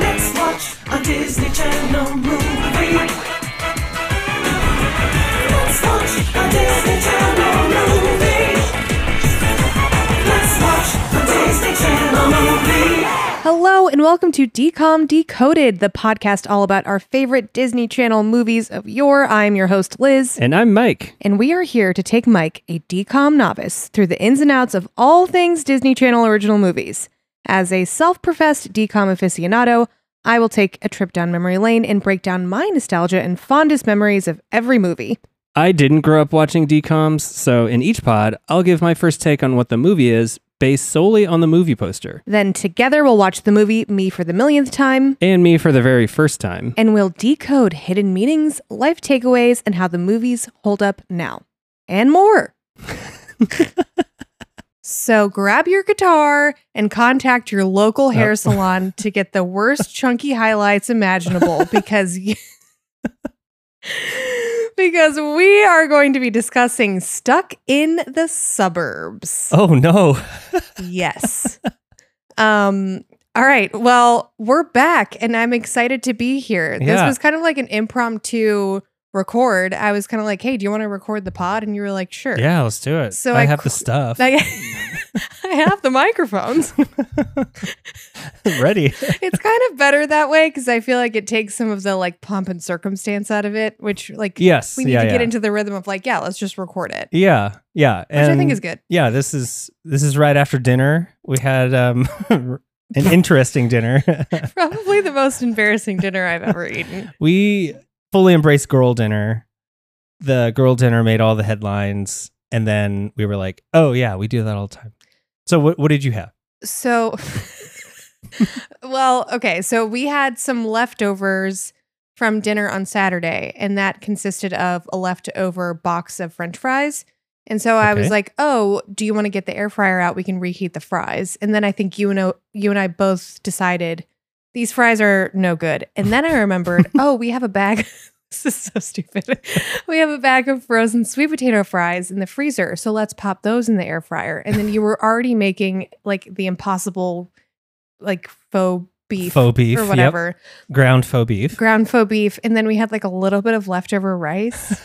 watch a Disney Channel movie. Let's watch a Disney Channel movie. Let's watch a Disney Channel movie. Hello and welcome to Decom Decoded, the podcast all about our favorite Disney Channel movies of yore. I'm your host, Liz, And I'm Mike. and we are here to take Mike, a decom novice, through the ins and outs of all things Disney Channel original movies. As a self professed decom aficionado, I will take a trip down memory lane and break down my nostalgia and fondest memories of every movie. I didn't grow up watching DCOMs, so in each pod, I'll give my first take on what the movie is based solely on the movie poster Then together we'll watch the movie Me for the Millionth Time, and me for the very first time. and we'll decode hidden meanings, life takeaways, and how the movies hold up now, and more. so grab your guitar and contact your local hair Oh. salon to get the worst chunky highlights imaginable because y- because we are going to be discussing Stuck in the Suburbs. Oh no. Yes. um all right. Well, we're back and I'm excited to be here. This Yeah. was kind of like an impromptu record. I was kind of like, "Hey, do you want to record the pod?" and you were like, "Sure." Yeah, let's do it. So I, I have the qu- stuff I, I have the microphones. ready. It's kind of better that way because I feel like it takes some of the like pomp and circumstance out of it, which like Yes. we need yeah, to yeah. get into the rhythm of like, yeah, let's just record it, Yeah. Yeah. which I think is good. Yeah, this is this is right after dinner. We had um an interesting dinner. Probably the most embarrassing dinner I've ever eaten. we fully embraced girl dinner. The girl dinner made all the headlines, and then we were like, "Oh yeah, we do that all the time." So what what did you have? So, well, okay. So we had some leftovers from dinner on Saturday, and that consisted of a leftover box of French fries. And so I was Okay. like, "Oh, do you want to get the air fryer out? We can reheat the fries." And then I think you and o- you and I both decided these fries are no good. And then I remembered, "Oh, we have a bag." this is so stupid. we have a bag of frozen sweet potato fries in the freezer, so let's pop those in the air fryer. And then you were already making like the impossible, like faux beef Faux beef, or yep. whatever, Ground faux beef. ground faux beef, and then we had like a little bit of leftover rice.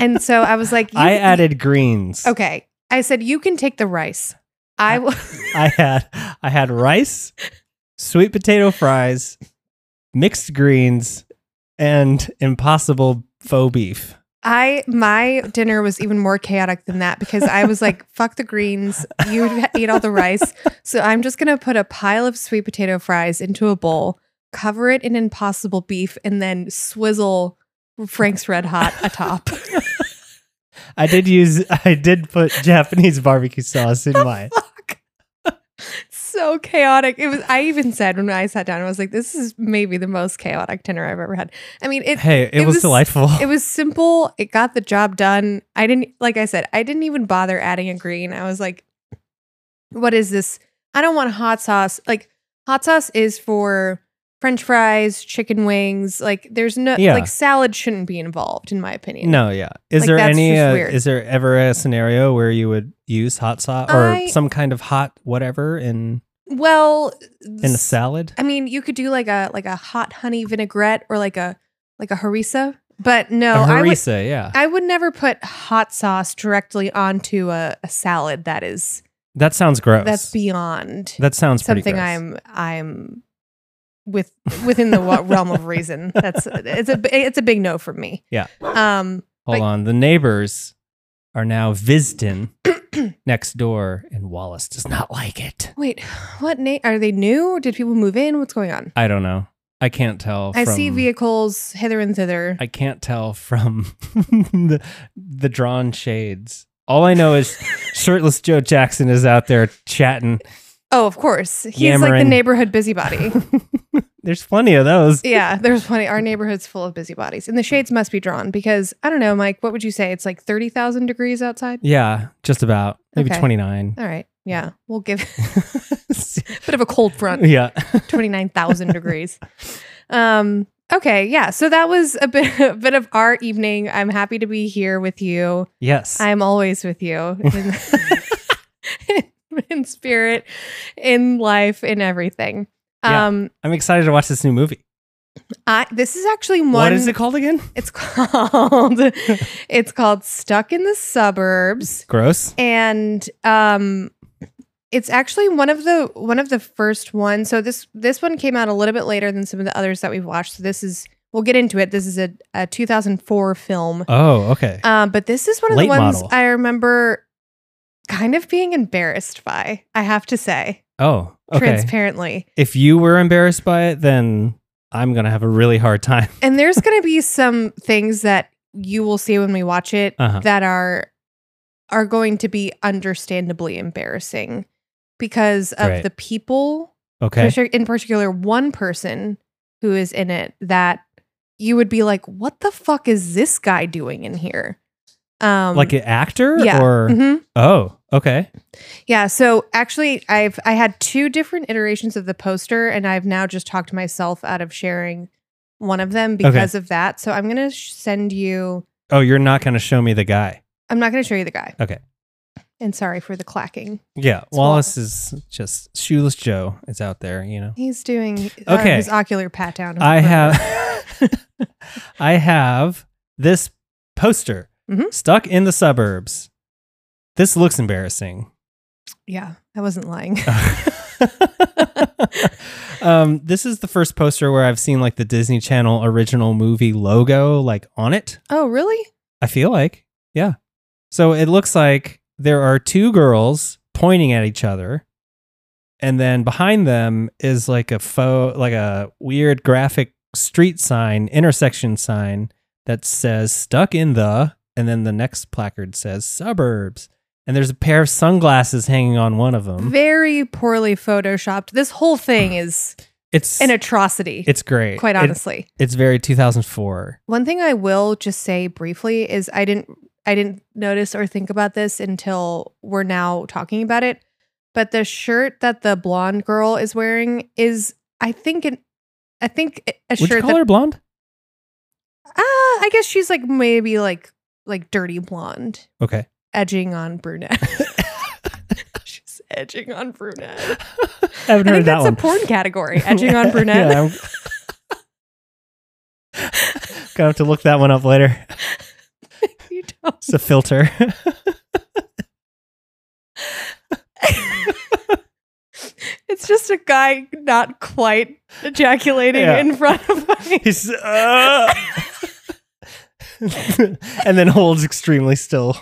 and so I was like, I you- added greens. Okay, I said you can take the rice. I will. I had I had rice, sweet potato fries, mixed greens, and impossible faux beef. I my dinner was even more chaotic than that because I was like, "Fuck the greens! You eat all the rice." So I'm just gonna put a pile of sweet potato fries into a bowl, cover it in impossible beef, and then swizzle Frank's Red Hot atop. I did use I did put Japanese barbecue sauce in mine. so chaotic. It was. I even said when I sat down, I was like, "This is maybe the most chaotic dinner I've ever had." I mean, it Hey, it, It was, was- delightful. it was simple. It got the job done. I didn't, like I said, I didn't even bother adding a green. I was like, what is this? I don't want hot sauce. Like, hot sauce is for french fries, chicken wings. Like, there's no, Yeah. like, salad shouldn't be involved, in my opinion. no, yeah. Is Like, there that's any? just Uh, weird. is there ever a scenario where you would use hot sauce or I- some kind of hot whatever in Well, in a salad? I mean, you could do like a, like a hot honey vinaigrette or like a, like a harissa, but no, a I would, harissa, yeah. I would never put hot sauce directly onto a, a salad. That is, that sounds gross. that's beyond. that sounds pretty something gross. I'm I'm with within the wa- realm of reason. That's it's a bi- it's a big no for me. Yeah. Um. Hold like- on, the neighbors are now visiting next door, and Wallace does not like it. Wait. What name are they new? Did people move in? What's going on? I don't know. I can't tell. I see from- vehicles hither and thither. I can't tell from the, the drawn shades. All I know is shirtless Joe Jackson is out there chatting. oh, of course. He's like the Yammering. neighborhood busybody. There's plenty of those. yeah. There's plenty. Our neighborhood's full of busybodies, and the shades must be drawn because I don't know, Mike. What would you say? It's like thirty thousand degrees outside. Yeah, just about. Maybe Okay. 29. All right. Yeah. We'll give a bit of a cold front. yeah. 29,000 degrees. Um okay, yeah. So that was a bit a bit of our evening. I'm happy to be here with you. Yes. I'm always with you in, in spirit, in life, in everything. Yeah. Um I'm excited to watch this new movie. I this is actually one. what is it called again? It's called. it's called Stuck in the Suburbs. Gross. and um it's actually one of the one of the first ones so this this one came out a little bit later than some of the others that we've watched so this is we'll get into it this is a, a 2004 film Oh, okay. um but this is one of Late the ones model. i remember kind of being embarrassed by i have to say Oh, okay. transparently If you were embarrassed by it, then I'm gonna have a really hard time. and there's going to be some things that you will see when we watch it Uh-huh. that are are going to be understandably embarrassing because of Right. the people Okay. partic- in particular one person who is in it that you would be like what the fuck is this guy doing in here um Like an actor yeah or mhm. oh, okay. yeah so actually i've i had two different iterations of the poster and i've now just talked myself out of sharing one of them because of that so i'm gonna sh- send you Oh, you're not gonna show me the guy. i'm not gonna show you the guy Okay. and sorry for the clacking Yeah, It's Wallace is just shoeless Joe. It's out there, you know. he's doing uh, Okay. his ocular pat down I have, I have this poster Mhm. stuck in the suburbs. This looks embarrassing. yeah i wasn't lying um, this is the first poster where I've seen like the Disney Channel original movie logo like on it. oh really I feel like, yeah. So it looks like there are two girls pointing at each other, and then behind them is like a faux, like a weird graphic street sign, intersection sign that says "stuck in the," and then the next placard says "suburbs." And there's a pair of sunglasses hanging on one of them. very poorly photoshopped. This whole thing is It's an atrocity, it's great. quite It- honestly. it's very 2004. One thing I will just say briefly is I didn't I didn't notice or think about this until we're now talking about it. But the shirt that the blonde girl is wearing is I think an I think a Would you shirt call that her blonde? ah, I guess she's like maybe like like dirty blonde, Okay. edging on brunette. she's edging on brunette. I haven't I think heard that that's one. a porn category. Edging on brunette. Yeah, I'm- Gonna have to look that one up later. you don't. It's a filter. It's just a guy not quite ejaculating Yeah. in front of me. He's uh, and then holds extremely still.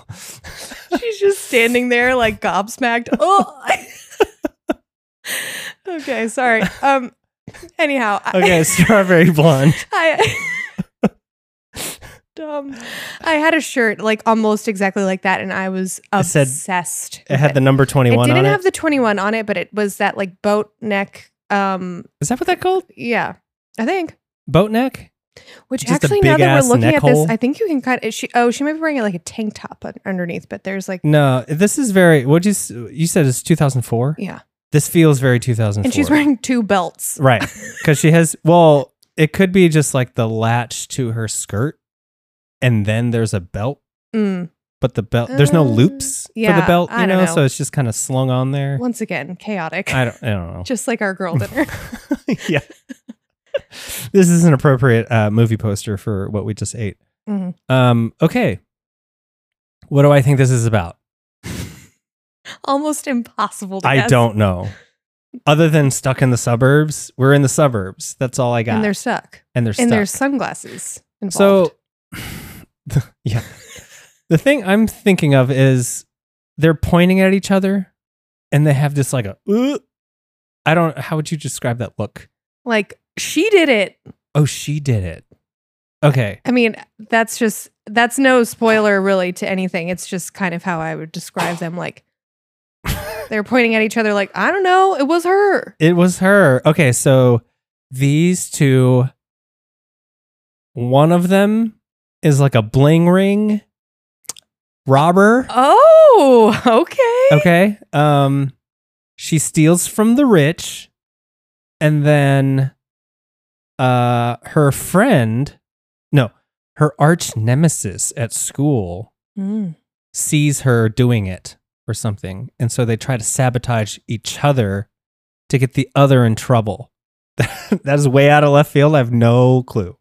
She's just standing there like gobsmacked. Oh. okay, sorry. Um anyhow, I, Okay, strawberry blonde. I dumb. I had a shirt like almost exactly like that and I was said- obsessed. It had the number it twenty-one on didn't have it. the 21 on it, but it was that like boat neck um Is that what that called? yeah. I think Boat neck? Which Just a actually, now that big-ass we're looking neck at hole. this, I think you can cut. It, she oh, she might be wearing like a tank top un- underneath, but there's like No, this is very. What you s- you said is two thousand four. yeah, This feels very two thousand four. and she's wearing two belts. Right. Because she has, well, it could be just like the latch to her skirt and then there's a belt, Mm. but the belt, there's no Uh, loops for the yeah, belt, I you don't know? know. So it's just kind of slung on there. Once again, chaotic, I don't, I don't know. just like our girl dinner. yeah. this is an appropriate uh, movie poster for what we just ate. Mhm. Um, okay. What do I think this is about? Almost impossible. to I guess. don't know. Other than stuck in the suburbs, we're in the suburbs. That's all I got. And they're stuck. and they're stuck. And there's sunglasses involved. So, the- yeah. The thing I'm thinking of is they're pointing at each other and they have this like a, "Ugh." I don't, how would you describe that look? like she did it. Oh, she did it. Okay. I mean, that's just that's no spoiler really to anything. It's just kind of how I would describe them. Like they're pointing at each other. Like I don't know, it was her. It was her. Okay. So these two, one of them is like a bling ring robber. Oh, okay. Okay. Um she steals from the rich and then uh her friend no, her arch nemesis at school Mm. sees her doing it or something. And so they try to sabotage each other to get the other in trouble. that is way out of left field. I have no clue.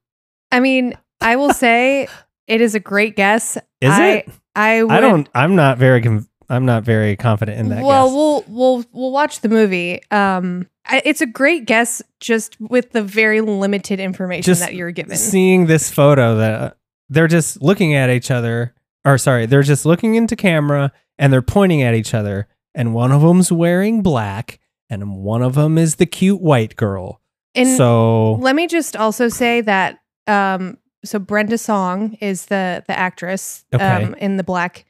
I mean, I will say it is a great guess. Is I, it? I, would, I don't. I'm not very. Conv- I'm not very confident in that. well, guess. we'll we'll we'll watch the movie. Um, I, it's a great guess, just with the very limited information Just that you're given. seeing this photo that they're just looking at each other or sorry they're just looking into camera and they're pointing at each other and one of them's wearing black and one of them is the cute white girl and so let me just also say that. Um, so Brenda Song is the the actress Okay. um, in the black.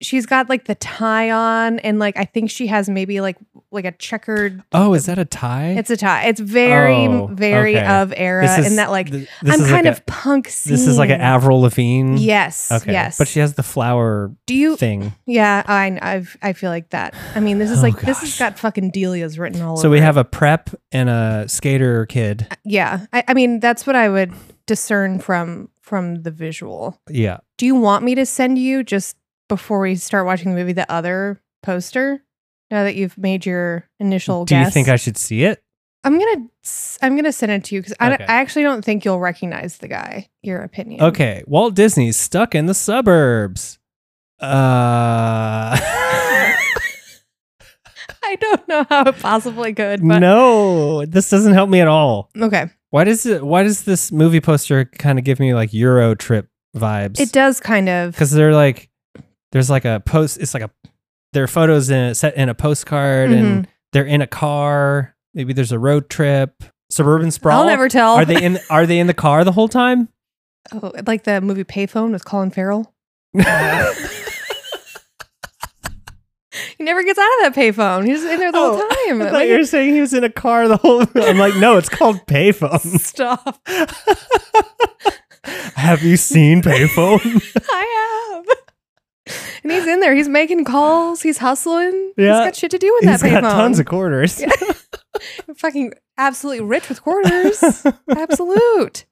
She's got like the tie on, and like I think she has maybe like like a checkered. oh is that a tie It's a tie. It's very Oh, very okay. of era, in that like th- this I'm is kind like of punk. a, this is like an scene. avril lavigne Yes. okay Yes. but she has the flower Do you? thing Yeah, I I've, I feel like that. I mean, this is Oh, like this has gosh. got fucking Delia's written all over. so we it. Uh, have a prep and a skater kid Yeah, I, I mean that's what I would discern from from the visual. yeah Do you want me to send you just before we start watching the movie the other poster? Now that you've made your initial do guess, you think i should see it am gonna s- I'm gonna send it to you because I, don't- Okay. I actually don't think you'll recognize the guy. Your opinion, Okay, Walt Disney's stuck in the suburbs. Uh I don't know how it possibly could, but No, this doesn't help me at all. okay. Why does it why does this movie poster kind of give me like Euro trip vibes? It does kind of. Cuz they're like there's like a post it's like a there are photos in set in a postcard and Mm-hmm. they're in a car. Maybe there's a road trip. Suburban sprawl. I'll never tell. Are they in are they in the car the whole time? Oh, like the movie Payphone with Colin Farrell. He never gets out of that payphone. He's in there the whole Oh, time. I Like, thought you were saying he was in a car the whole. I'm like, no, it's called payphone. Stop. Have you seen payphone? I have. And he's in there. He's making calls. He's hustling. Yeah. He's got shit to do with He's that payphone. got tons of quarters. fucking absolutely rich with quarters. Absolute.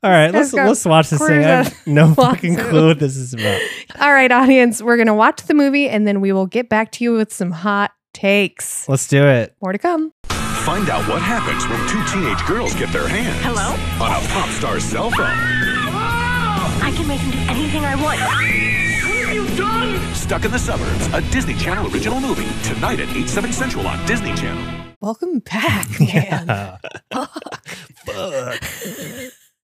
All right, This let's guy's got let's watch this thing. quarters I have no fucking wazoo. clue what this is about. All right, audience. We're gonna watch the movie and then we will get back to you with some hot takes. Let's do it. More to come. Find out what happens when two teenage girls get their hands Hello? on a pop star's cell phone. I can make him do anything I want. Stuck in the Suburbs, a Disney Channel original movie, tonight at 8, 7 central on Disney Channel. Welcome back, man. Fuck.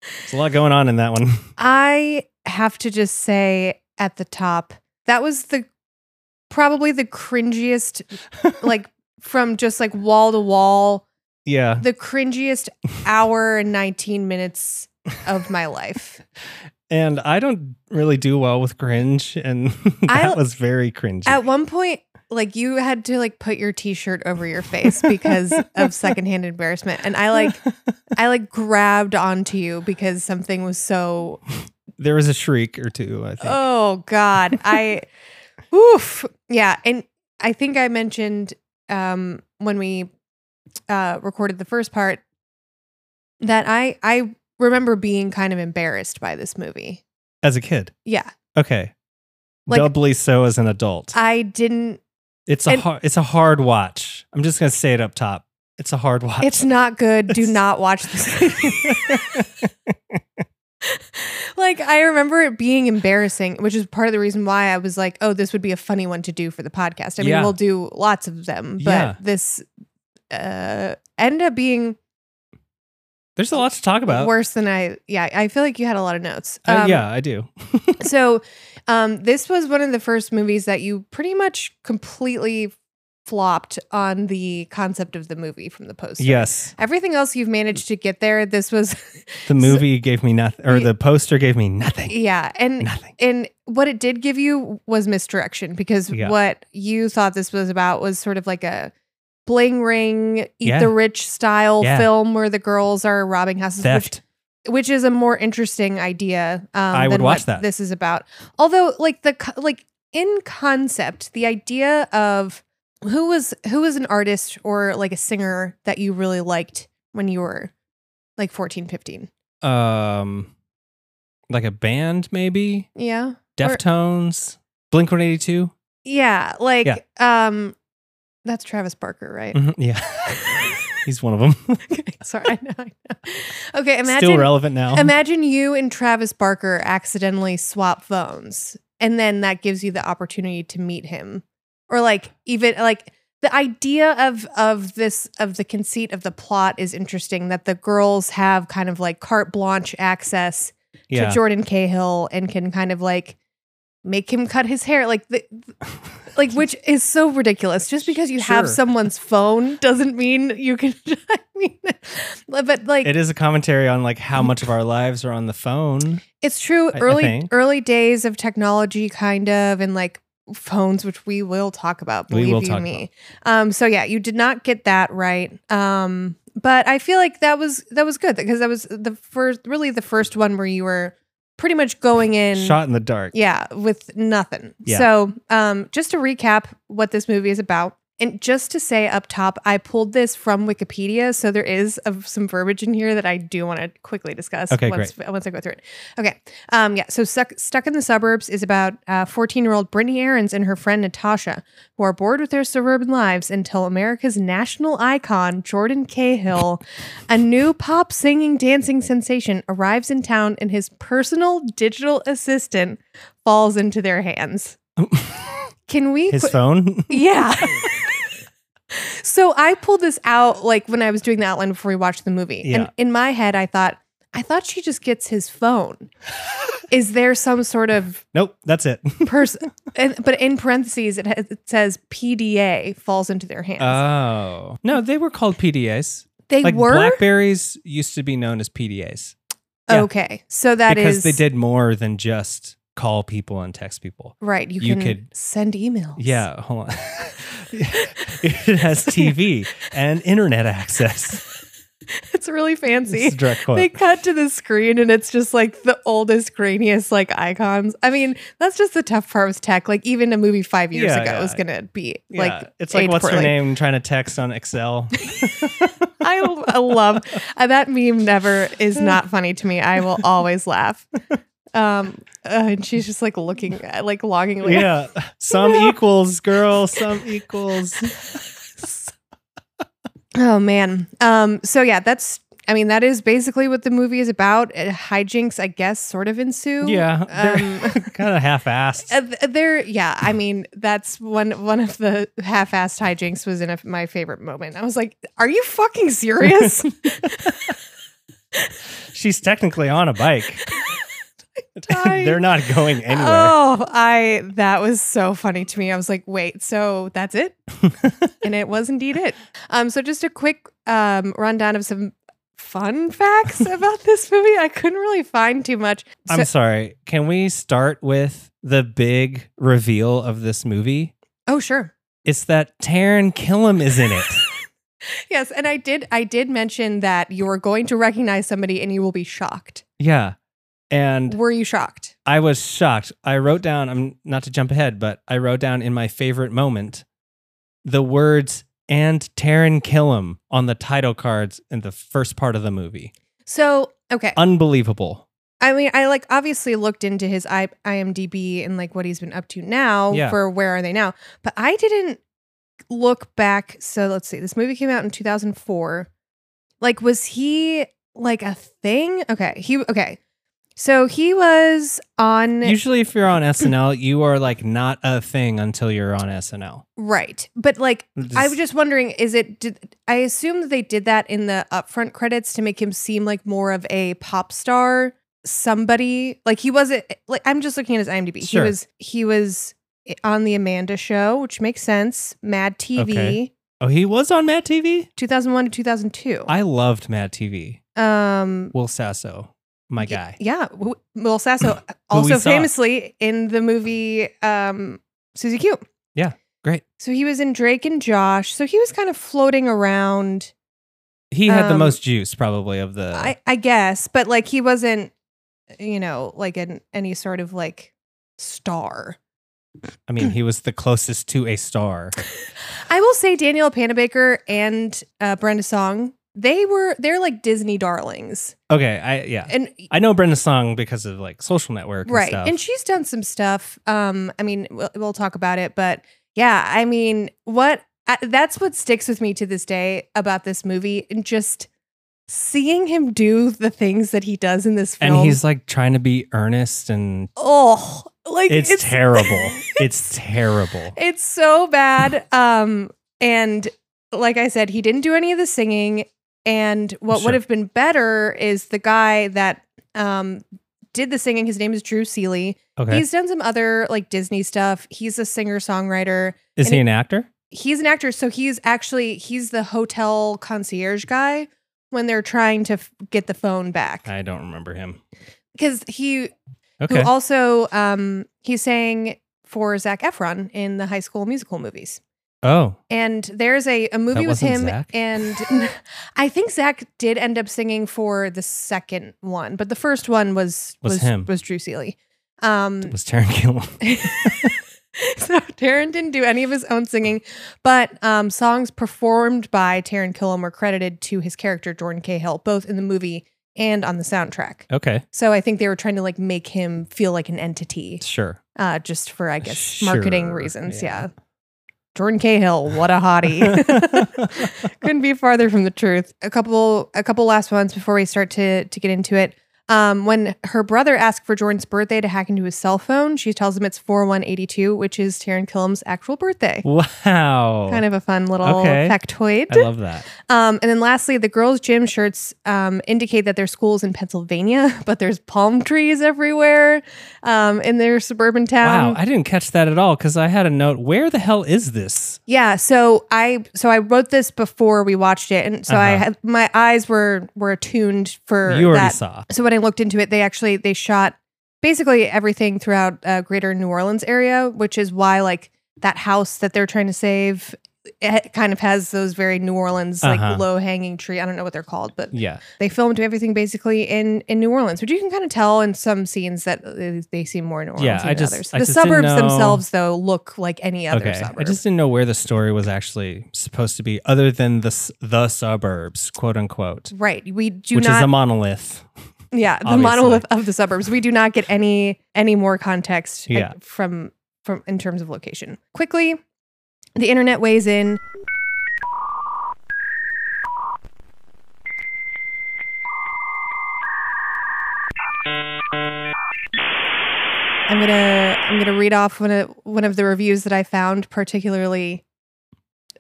There's a lot going on in that one. I have to just say at the top, that was the probably the cringiest, like from just like wall to wall, Yeah, the cringiest hour and 19 minutes of my life. and I don't really do well with cringe, and that I- was very cringe. At one point, like you had to like put your t-shirt over your face because of secondhand embarrassment. And I like I like grabbed onto you because something was so there was a shriek or two. I think. Oh God, I, oof, yeah, and I think I mentioned um, when we uh, recorded the first part that I I remember being kind of embarrassed by this movie. as a kid, Yeah, okay. Like- Doubly so as an adult. I didn't. It's a And- hard, it's a hard watch. I'm just gonna say it up top. It's a hard watch. It's not good. Do not watch this. movie. like I remember it being embarrassing, which is part of the reason why I was like, "Oh, this would be a funny one to do for the podcast." I mean, Yeah. we'll do lots of them, but Yeah. this uh, ended up being There's a lot to talk about. worse than I. Yeah, I feel like you had a lot of notes. Uh, Um, yeah, I do. So, um, this was one of the first movies that you pretty much completely flopped on the concept of the movie from the poster. Yes, Everything else you've managed to get there, this was, the movie gave me nothing, or Y- the poster gave me nothing. yeah, and Nothing. and what it did give you was misdirection because Yeah. what you thought this was about was sort of like a bling ring, eat Yeah. the rich style Yeah. film where the girls are robbing houses, which Theft. which is a more interesting idea. Um, I than would watch what that. This is about, although like the co- like in concept, the idea of who was who was an artist or like a singer that you really liked when you were like 14, 15. Um, like a band, maybe Yeah, Deftones, Blink One Eighty Two. Mm. yeah, like um, that's Travis Barker, right? Mm-hmm. Yeah, He's one of them. Sorry, I know. I know. Okay, Still imagine relevant now. imagine you and Travis Barker accidentally swap phones, and then that gives you the opportunity to meet him, or like even like the idea of of this of the conceit of the plot is interesting that the girls have kind of like carte blanche access yeah. to Jordan Cahill and can kind of like make him cut his hair like the like which is so ridiculous just because you have Sure. someone's phone doesn't mean you can I mean but like it is a commentary on like how much of our lives are on the phone. it's true I- I early think. early days of technology kind of and like phones which we will talk about We believe will you talk me um so yeah you did not get that right um but i feel like that was that was good because that was the first really the first one where you were pretty much going in Shot in the dark. yeah, with nothing. Yeah. So, um, just to recap what this movie is about, and just to say up top, I pulled this from Wikipedia, so there is uh, some verbiage in here that I do want to quickly discuss. Okay, once, once I go through it. Okay, um, yeah. So, stuck, stuck in the suburbs is about uh, fourteen-year-old Brittany Ahrens and her friend Natasha, who are bored with their suburban lives until America's national icon Jordan Cahill, a new pop singing dancing sensation, arrives in town, and his personal digital assistant falls into their hands. Can we? His qui- phone. yeah. so I pulled this out like when I was doing the outline before we watched the movie. Yeah. And in my head, I thought, I thought she just gets his phone. Is there some sort of nope, that's it. person? but in parentheses, it, has, it says PDA falls into their hands. Oh. No, they were called PDAs. they like were Blackberries used to be known as PDAs yeah. okay. So that because is they did more than just call people and text people. right. You, you can could- send emails. Yeah, hold on. it has TV and internet access. it's really fancy. This is a direct quote. they cut to the screen and it's just like the oldest grainiest like icons i mean that's just the tough part with tech like even a movie five years Yeah, ago yeah. was gonna be Yeah, like it's like aged what's her poorly. name trying to text on Excel. I, I love uh, that meme never is not funny to me i will always laugh um uh, and she's just like looking at like longingly yeah, some equals girl, some equals. oh man um so yeah that's i mean that is basically what the movie is about uh, hijinks i guess sort of ensue Yeah, um, they're kind of half-assed. Uh, th- there, yeah. I mean, that's one one of the half-assed hijinks was in a, my favorite moment. I was like, "Are you fucking serious?" She's technically on a bike. Dying. they're not going anywhere. Oh, I that was so funny to me. I was like, "Wait, so that's it?" and it was indeed it. Um, so just a quick um rundown of some fun facts about this movie. I couldn't really find too much. So, I'm sorry. Can we start with the big reveal of this movie? oh, sure. It's that Taryn Killam is in it. Yes, and I did. I did mention that you are going to recognize somebody and you will be shocked. yeah. And Were you shocked? I was shocked. I wrote down, I'm not to jump ahead, but I wrote down in my favorite moment the words and Taryn Killam on the title cards in the first part of the movie. So okay, Unbelievable. I mean, I like obviously looked into his I- IMDb and like what he's been up to now Yeah. for where are they now, but I didn't look back. So let's see, this movie came out in two thousand four. Like, was he like a thing? Okay, he okay. So he was on Usually, if you're on SNL, you are like not a thing until you're on SNL. right, but like I was Just- just wondering, is it? Did, I assume that they did that in the upfront credits to make him seem like more of a pop star, somebody. Like he wasn't. Like I'm just looking at his IMDb. Sure. He was. He was on the Amanda Show, which makes sense. Mad TV, Okay. oh, he was on Mad TV? 2001 to 2002. I loved Mad TV. um. Will Sasso, my guy. Yeah. who- Will Sasso Who we also saw. famously in the movie um, Susie Q. Yeah, great. So he was in Drake and Josh. So he was kind of floating around. He had the Um, most juice, probably, of the. I, I guess, but like he wasn't, you know, like an any sort of like star. I mean, he was the closest to a star. I will say Daniel Panabaker and uh, Brenda Song, they were they're like Disney darlings, Okay, I yeah. and I know Brenda Song because of like social network and right, stuff. and she's done some stuff. Um, I mean, we'll, we'll talk about it, but yeah, I mean, what I, that's what sticks with me to this day about this movie and just seeing him do the things that he does in this film. And he's like trying to be earnest and oh, like it's, terrible. it's terrible. It's so bad. Um, and like I said, he didn't do any of the singing. And what Sure. would have been better is the guy that um did the singing. His name is Drew Seeley. Okay. He's done some other like Disney stuff. He's a singer songwriter. Is and he an actor? He's an actor, so he's actually he's the hotel concierge guy when they're trying to f- get the phone back I don't remember him. because he Okay. who also um he sang for Zach Efron in the High School Musical movies. oh, And there's a, a movie with wasn't him, Zach? and I think Zach did end up singing for the second one, but the first one was Was him. was Drew Seeley. Um, it was Taron Gillen. so Taryn didn't do any of his own singing, but um, songs performed by Taryn Killam were credited to his character Jordan Cahill, both in the movie and on the soundtrack. Okay. So I think they were trying to like make him feel like an entity, Sure. uh, just for I guess marketing Sure, reasons. yeah. Yeah. Jordan Cahill, what a hottie. Couldn't be farther from the truth. A couple a couple last ones before we start to to get into it. Um, when her brother asked for Jordan's birthday to hack into his cell phone, she tells him it's 4182, which is Taryn Killam's actual birthday. wow. Kind of a fun little Okay. factoid. I love that. Um, and then lastly, the girls' gym shirts um, indicate that their school is in Pennsylvania, but there's palm trees everywhere um, in their suburban town. wow. I didn't catch that at all because I had a note. Where the hell is this? yeah, so I so I wrote this before we watched it, and so I Uh-huh. had my eyes were were attuned for You already that. saw. So when I looked into it, they actually they shot basically everything throughout uh, Greater New Orleans area, which is why like that house that they're trying to save. It kind of has those very New Orleans like Uh-huh. low hanging tree. I don't know what they're called, but Yeah. they filmed everything basically in in New Orleans, which you can kind of tell in some scenes that uh, they seem more New Orleans Yeah, than I just- others. I The just didn't suburbs know- themselves, though, look like any other Okay. suburb. I just didn't know where the story was actually supposed to be, other than the s- the suburbs, quote unquote, right, we do which is not. a monolith. yeah, the obviously. monolith of the suburbs. We do not get any any more context uh, Yeah. from from in terms of location. Quickly, the internet weighs in. I'm gonna I'm gonna read off one of one of the reviews that I found particularly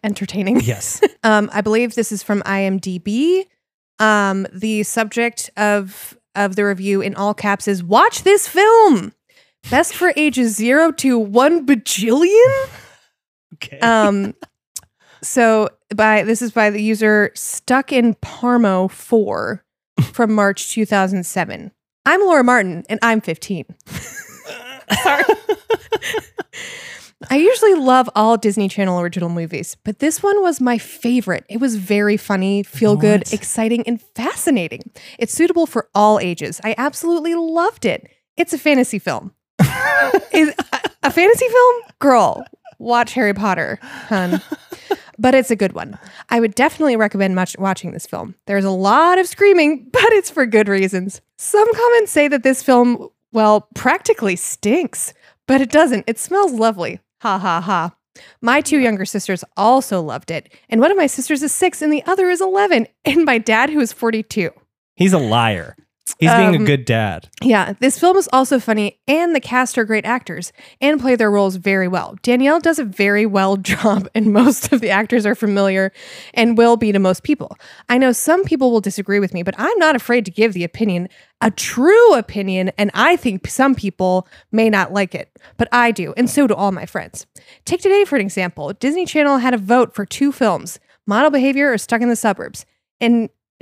entertaining. Yes. Um, I believe this is from IMDb. Um, the subject of of the review in all caps is "Watch this film." Best for ages zero to one bajillion. okay. Um, so by this is by the user stuck in Parmo four from March two thousand seven. I'm Laura Martin and I'm 15. Sorry. I usually love all Disney Channel original movies, but this one was my favorite. It was very funny, feel good, What? exciting, and fascinating. It's suitable for all ages. I absolutely loved it. It's a fantasy film. Is a, a fantasy film? Girl, watch Harry Potter, hun. But it's a good one. I would definitely recommend much watching this film. There's a lot of screaming, but it's for good reasons. Some comments say that this film, well, practically stinks, but it doesn't. It smells lovely. Ha ha ha. My two younger sisters also loved it, and one of my sisters is six and the other is 11, and my dad, who is 42. He's a liar. He's being a Um, good dad. Yeah, this film is also funny, and the cast are great actors and play their roles very well. Danielle does a very well job, and most of the actors are familiar and will be to most people. I know some people will disagree with me, but I'm not afraid to give the opinion, a true opinion, and I think some people may not like it, but I do, and so do all my friends. Take today for an example Disney Channel had a vote for two films Model Behavior or Stuck in the Suburbs. And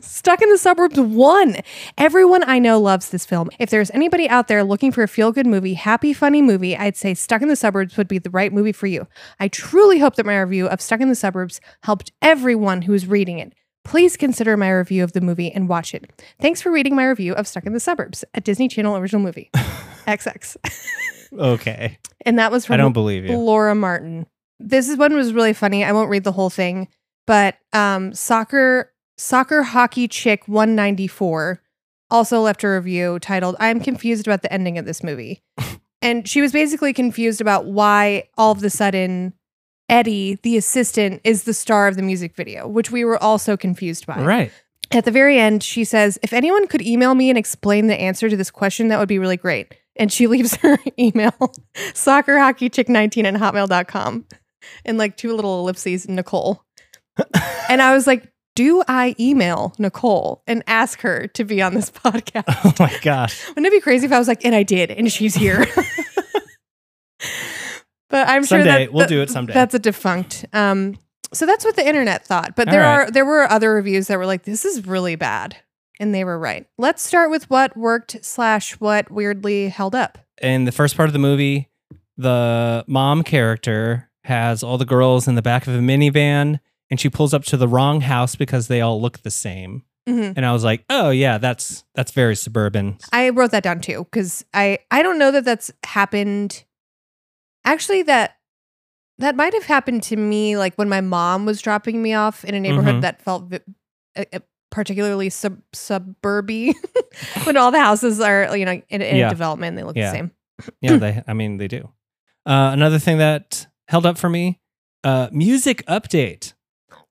Stuck in the Suburbs 1. Everyone I know loves this film. If there's anybody out there looking for a feel good movie, happy, funny movie, I'd say Stuck in the Suburbs would be the right movie for you. I truly hope that my review of Stuck in the Suburbs helped everyone who is reading it. Please consider my review of the movie and watch it. Thanks for reading my review of Stuck in the Suburbs, a Disney Channel original movie. XX. Okay. And that was from I don't believe you. Laura Martin. This is one was really funny. I won't read the whole thing, but um, soccer soccer hockey chick 194 also left a review titled "I am confused about the ending of this movie," and she was basically confused about why all of the sudden Eddie, the assistant, is the star of the music video, which we were also confused by. Right. At the very end, she says, If anyone could email me and explain the answer to this question, that would be really great. And she leaves her email, soccerhockeychick19 at hotmail.com, and like two little ellipses, Nicole. and I was like, Do I email Nicole and ask her to be on this podcast? Oh my gosh. Wouldn't it be crazy if I was like, and I did, and she's here? but I'm sure Someday. that, We'll that- do it someday. That's a defunct. Um, so that's what the internet thought. But All there right. are there were other reviews that were like, this is really bad, and they were right. Let's start with what worked slash what weirdly held up. In the first part of the movie, the mom character has all the girls in the back of a minivan and she pulls up to the wrong house because they all look the same. Mhm. And I was like, "Oh yeah, that's that's very suburban." I wrote that down too because I I don't know that that's happened. Actually, that that might have happened to me like when my mom was dropping me off in a neighborhood Mhm. that felt vi- uh, uh, particularly sub suburby when all the houses are you know in, in Yeah. a development they look Yeah. the same. yeah, they I mean, they do. Uh, another thing that held up for me, uh music update,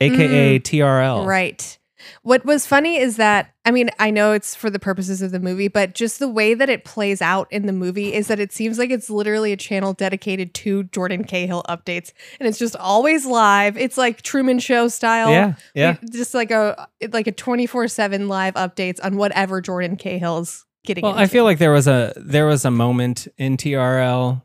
aka TRL. Mm. Right. What was funny is that I mean I know it's for the purposes of the movie, but just the way that it plays out in the movie is that it seems like it's literally a channel dedicated to Jordan Cahill updates, and it's just always live. It's like Truman Show style. Yeah. Yeah. We- just like a like a twenty four seven live updates on whatever Jordan Cahill's getting. Well, I feel like there was a there was a moment in TRL,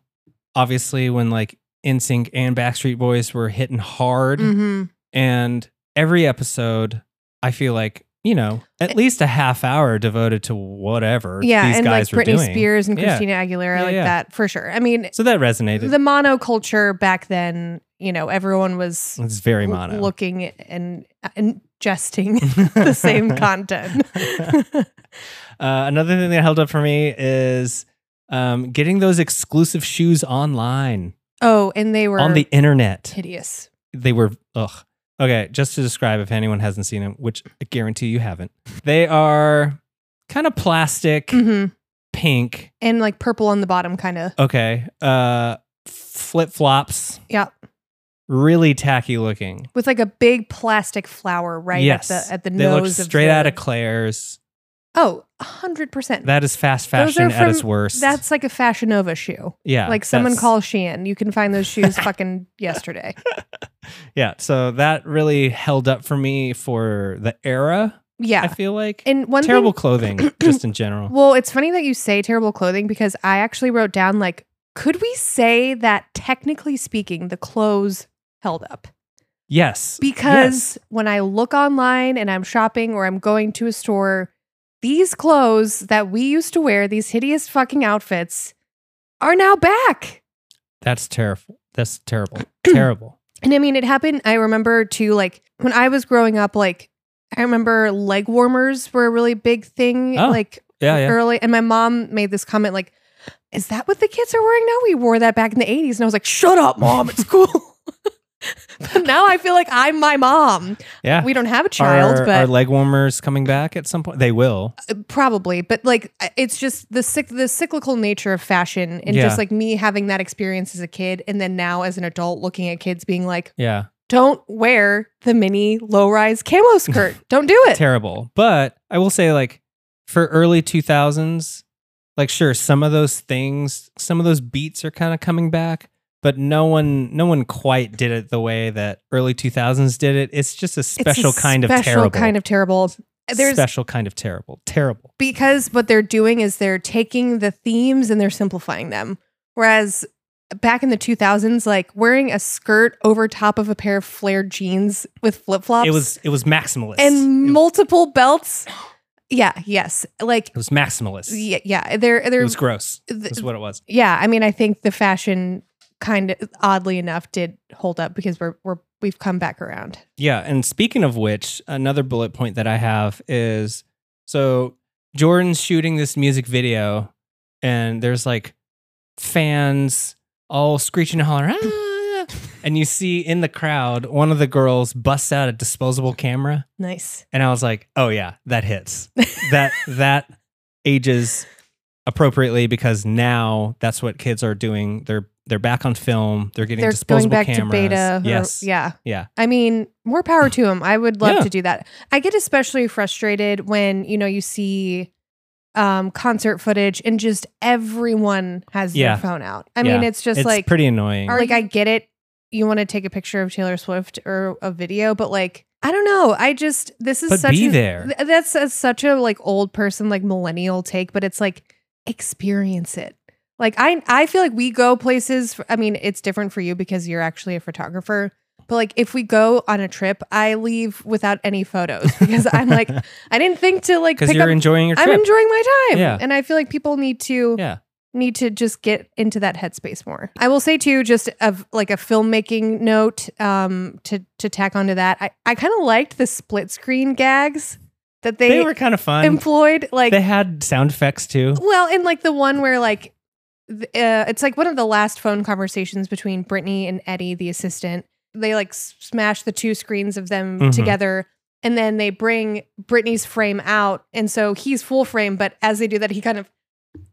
obviously when like NSYNC and Backstreet Boys were hitting hard, hmm and every episode, I feel like you know at least a half hour devoted to whatever Eh. yeah, these and like guys were Britney doing. Spears and Yeah. Christina Aguilera Yeah, like yeah. that for sure. I mean, So that resonated. the monoculture back then, you know, everyone was it's very l- mono. looking and ingesting the same content. uh, another thing that held up for me is um, getting those exclusive shoes online oh, and they were on the internet. hideous. they were ugh. Okay, just to describe if anyone hasn't seen them, which I guarantee you haven't. They are kind of plastic hmm pink. And like purple on the bottom, kind of. Okay. Uh flip flops, Yeah. really tacky looking. With like a big plastic flower right yes. at the, at the they nose of look straight the- out of Claire's. Oh, 100%. That is fast Those fashion are at its from- worst. that's like a Fashion Nova shoe. yeah. like someone that's- call Shein. You can find those shoes fucking yesterday. Yeah. So that really held up for me for the era. I Yeah. feel like And one thing terrible clothing just in general. Well, it's funny that you say terrible clothing because I actually wrote down like, could we say that technically speaking, the clothes held up? yes. Because when I look online and I'm shopping or I'm going to a store, these clothes that we used to wear, these hideous fucking outfits, are now back. That's terrible. That's terrible. terrible. And I mean, it happened. I remember too, like when I was growing up, like I remember leg warmers were a really big thing, Oh, like yeah, yeah. early. And my mom made this comment, like, "Is that what the kids are wearing now? We wore that back in the '80s." And I was like, "Shut up, mom! It's cool." but now I feel like I'm my mom. Yeah. We don't have a child, are, but are leg warmers coming back at some point? They will. probably but like I- it's just the cyc- the cyclical nature of fashion and Yeah. just like me having that experience as a kid and then now as an adult looking at kids being like Yeah. don't wear the mini low-rise camo skirt don't do it Terrible. But I will say, like, for early 2000s, like, sure, some of those things, some of those beats are kind of coming back, but no one, no one quite did it the way that early 2000s did it. It's just a It's a special kind of special terrible. kind of terrible there's special kind of terrible. Terrible. because what they're doing is they're taking the themes and they're simplifying them whereas back in the 2000s like wearing a skirt over top of a pair of flared jeans with flip-flops It was, it was maximalist. and it, was- multiple belts. Yeah, yes. Like it was maximalist. yeah, yeah. They're It they're was gross. th- That's what it was. yeah, I mean I think the fashion kind of oddly enough did hold up because we're we're we've come back around. Yeah, and speaking of which, another bullet point that I have is so Jordan's shooting this music video, and there's like fans all screeching and hollering, "Ah!" and you see in the crowd one of the girls busts out a disposable camera, Nice. and I was like, "Oh yeah, that hits. that that ages appropriately because now that's what kids are doing. They're They're back on film. They're getting They're disposable going back cameras. to beta. or- yes. yeah. Yeah. I mean, more power to them. I would love Yeah. to do that. I get especially frustrated when, you know, you see um concert footage and just everyone has Yeah. their phone out. I Yeah. mean, it's just it's like pretty annoying. or, like I get it. You want to take a picture of Taylor Swift or a video, but like I don't know. I just this is But such be a, there. th- that's a, such a like old person like millennial take, but it's like experience it. Like I I feel like we go places. I mean, it's different for you because you're actually a photographer. But like if we go on a trip, I leave without any photos because I'm like I didn't think to like because pick you're up. enjoying your trip. I'm enjoying my time. Yeah. And I feel like people need to yeah. need to just get into that headspace more. I will say too, just of like a filmmaking note um, to to tack onto that. I, I kind of liked the split screen gags that they, They, were kind of fun. employed. Like they had sound effects too. well, and like the one where like th- uh, it's like one of the last phone conversations between Brittany and Eddie, the assistant. They like s- smash the two screens of them Mhm. together. And then they bring Brittany's frame out. And so he's full frame, but as they do that, he kind of,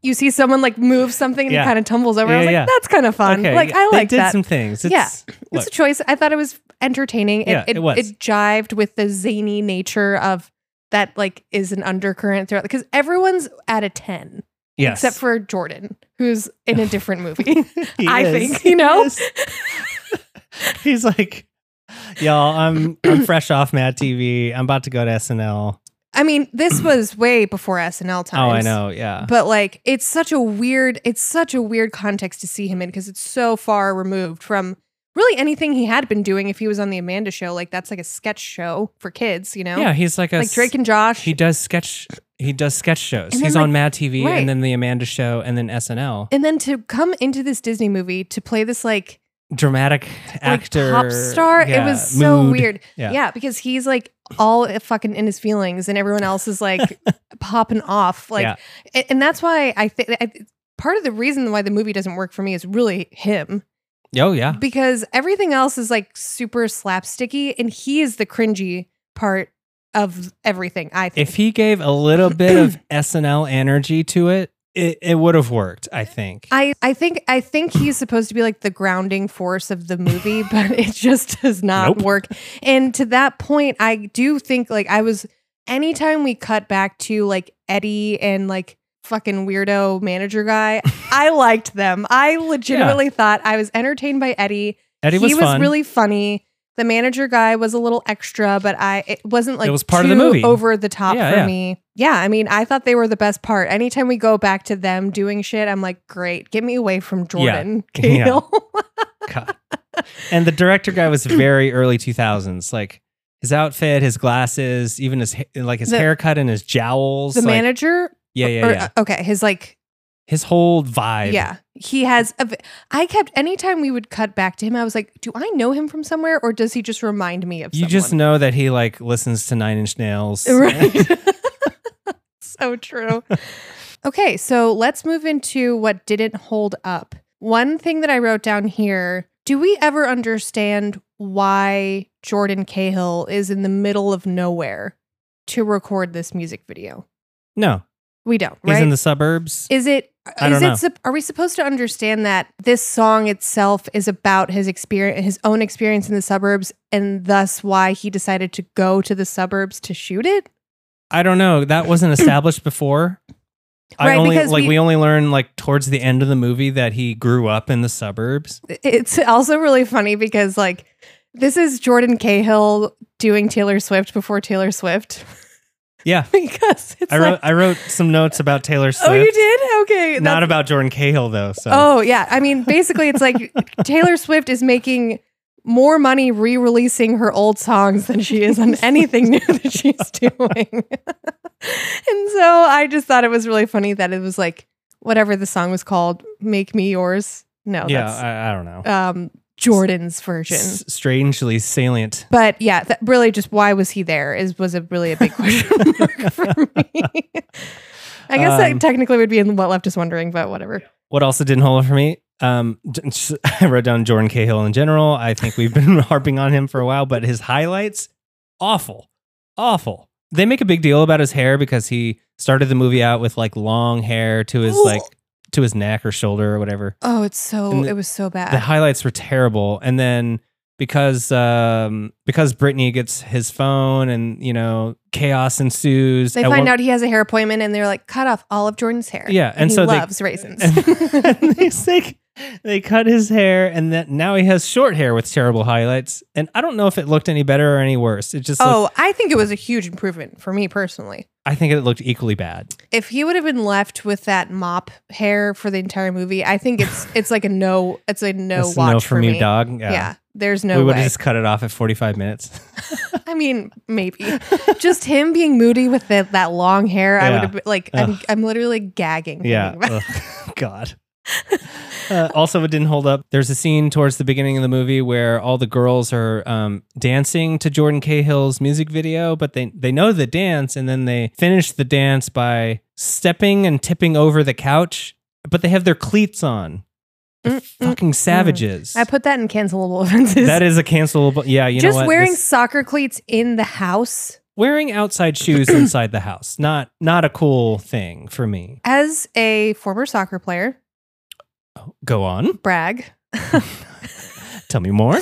you see someone like move something and Yeah. he kind of tumbles over. I was Yeah, like, yeah. that's kind of fun. Okay, like, yeah, I like they did that. some things. It's, Yeah. look, it's a choice. I thought it was entertaining. It, Yeah, it, it was. it jived with the zany nature of that, like, is an undercurrent throughout. Because everyone's at a 10 yes. except for Jordan, who's in a different movie. He I is. think, you know? Yes. He's like, y'all, I'm I'm fresh off Mad TV. I'm about to go to SNL. I mean, this was way before SNL times. Oh, I know. Yeah. But like, it's such a weird, it's such a weird context to see him in because it's so far removed from really anything he had been doing. If he was on the Amanda Show, like that's like a sketch show for kids, you know? yeah, he's like a like Drake and Josh. he does sketch. He does sketch shows. And He's then, on like- Mad TV right. and then the Amanda Show and then SNL. and then to come into this Disney movie to play this like Dramatic like, actor, pop star. yeah, it was so mood. weird. Yeah. Yeah. because he's like all fucking in his feelings, and everyone else is like popping off. Like, Yeah. a- and, that's why I think part of the reason why the movie doesn't work for me is really him Oh yeah, because everything else is like super slapsticky, and he is the cringy part of everything. I think. if he gave a little bit of SNL energy to it, it, it would have worked. I think. I, I think I think he's supposed to be like the grounding force of the movie, but it just does not Nope. work. And to that point, I do think like I was anytime we cut back to like Eddie and like fucking weirdo manager guy, I liked them. I legitimately thought I was entertained by Eddie. Eddie he was, was fun. really funny. The manager guy was a little extra, but I it wasn't like was part of the too movie. over the top Yeah, for yeah. me. Yeah, I mean, I thought they were the best part. Anytime we go back to them doing shit, I'm like, great, get me away from Jordan. Yeah. Cahill. God. and the director guy was very early 2000s like his outfit his glasses even his ha- like his The- haircut and his jowls the like- manager, yeah yeah or- uh, yeah okay, his like, his whole vibe yeah, he has. A, v- I kept anytime we would cut back to him, I was like, do I know him from somewhere, or does he just remind me of you just know that he like listens to nine inch nails Right. so true. Okay, so let's move into what didn't hold up. One thing that I wrote down here do we ever understand why Jordan Cahill is in the middle of nowhere to record this music video? no We don't, he's right? in the suburbs is it? I is don't it? know. sup- Are we supposed to understand that this song itself is about his experience, his own experience in the suburbs, and thus why he decided to go to the suburbs to shoot it? i don't know that wasn't established before I Right, only because like we, we- only learn like towards the end of the movie that he grew up in the suburbs. it's also really funny because like this is Jordan Cahill doing Taylor Swift before Taylor Swift Yeah. because it's I wrote like I wrote some notes about Taylor Swift. oh you did okay Not that's- about Jordan Cahill though. So oh yeah I mean basically it's like Taylor Swift is making more money re-releasing her old songs than she is on anything new that she's doing and so I just thought it was really funny that it was like whatever the song was called Make Me Yours no yeah, I, I don't know. that's um Jordan's version S- strangely salient. But yeah, that really just why was he there is was a really a big question mark for me. I guess Um, that technically would be in what left us wondering, but whatever. What else it didn't hold up for me? Um, j- just- I wrote down Jordan Cahill in general. I think we've been harping on him for a while, but his highlights, awful, awful. They make a big deal about his hair because he started the movie out with like long hair to his like to his neck or shoulder or whatever. Oh, it's so And the- it was so bad. The highlights were terrible, and then because um because Brittany gets his phone, and you know chaos ensues. they At find one- out he has a hair appointment, and they're like, cut off all of Jordan's hair. Yeah, and, and he so they- loves raisins. and, and it's like they cut his hair, and then now he has short hair with terrible highlights. And I don't know if it looked any better or any worse. It just, looked, oh, I think it was a huge improvement for me personally. I think it looked equally bad. If he would have been left with that mop hair for the entire movie, I think it's it's like a no. It's a no That's watch no for from you, me. dog. Yeah, Yeah. there's we no would way. have just cut it off at forty-five minutes. I mean, maybe just him being moody with the, that long hair. I Yeah. would have been like, I'm, I'm literally gagging. Yeah. thinking about Ugh, God. Uh, also, it didn't hold up. There's a scene towards the beginning of the movie where all the girls are um, dancing to Jordan Cahill's music video, but they they know the dance, and then they finish the dance by stepping and tipping over the couch, but they have their cleats on. They're Mm, mm, fucking savages. I put that in cancelable offenses. that is a cancelable. Yeah, you just know what? wearing This- soccer cleats in the house wearing outside shoes inside the house not not a cool thing for me. as a former soccer player. Go on, Brag. tell me more.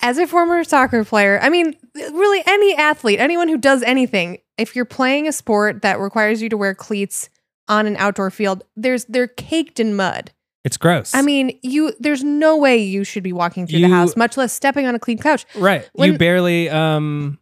As a former soccer player, I mean, really any athlete, anyone who does anything, if you're playing a sport that requires you to wear cleats on an outdoor field, there's they're caked in mud. It's gross. I mean, you there's no way you should be walking through You- the house, much less stepping on a clean couch. Right. When- you barely um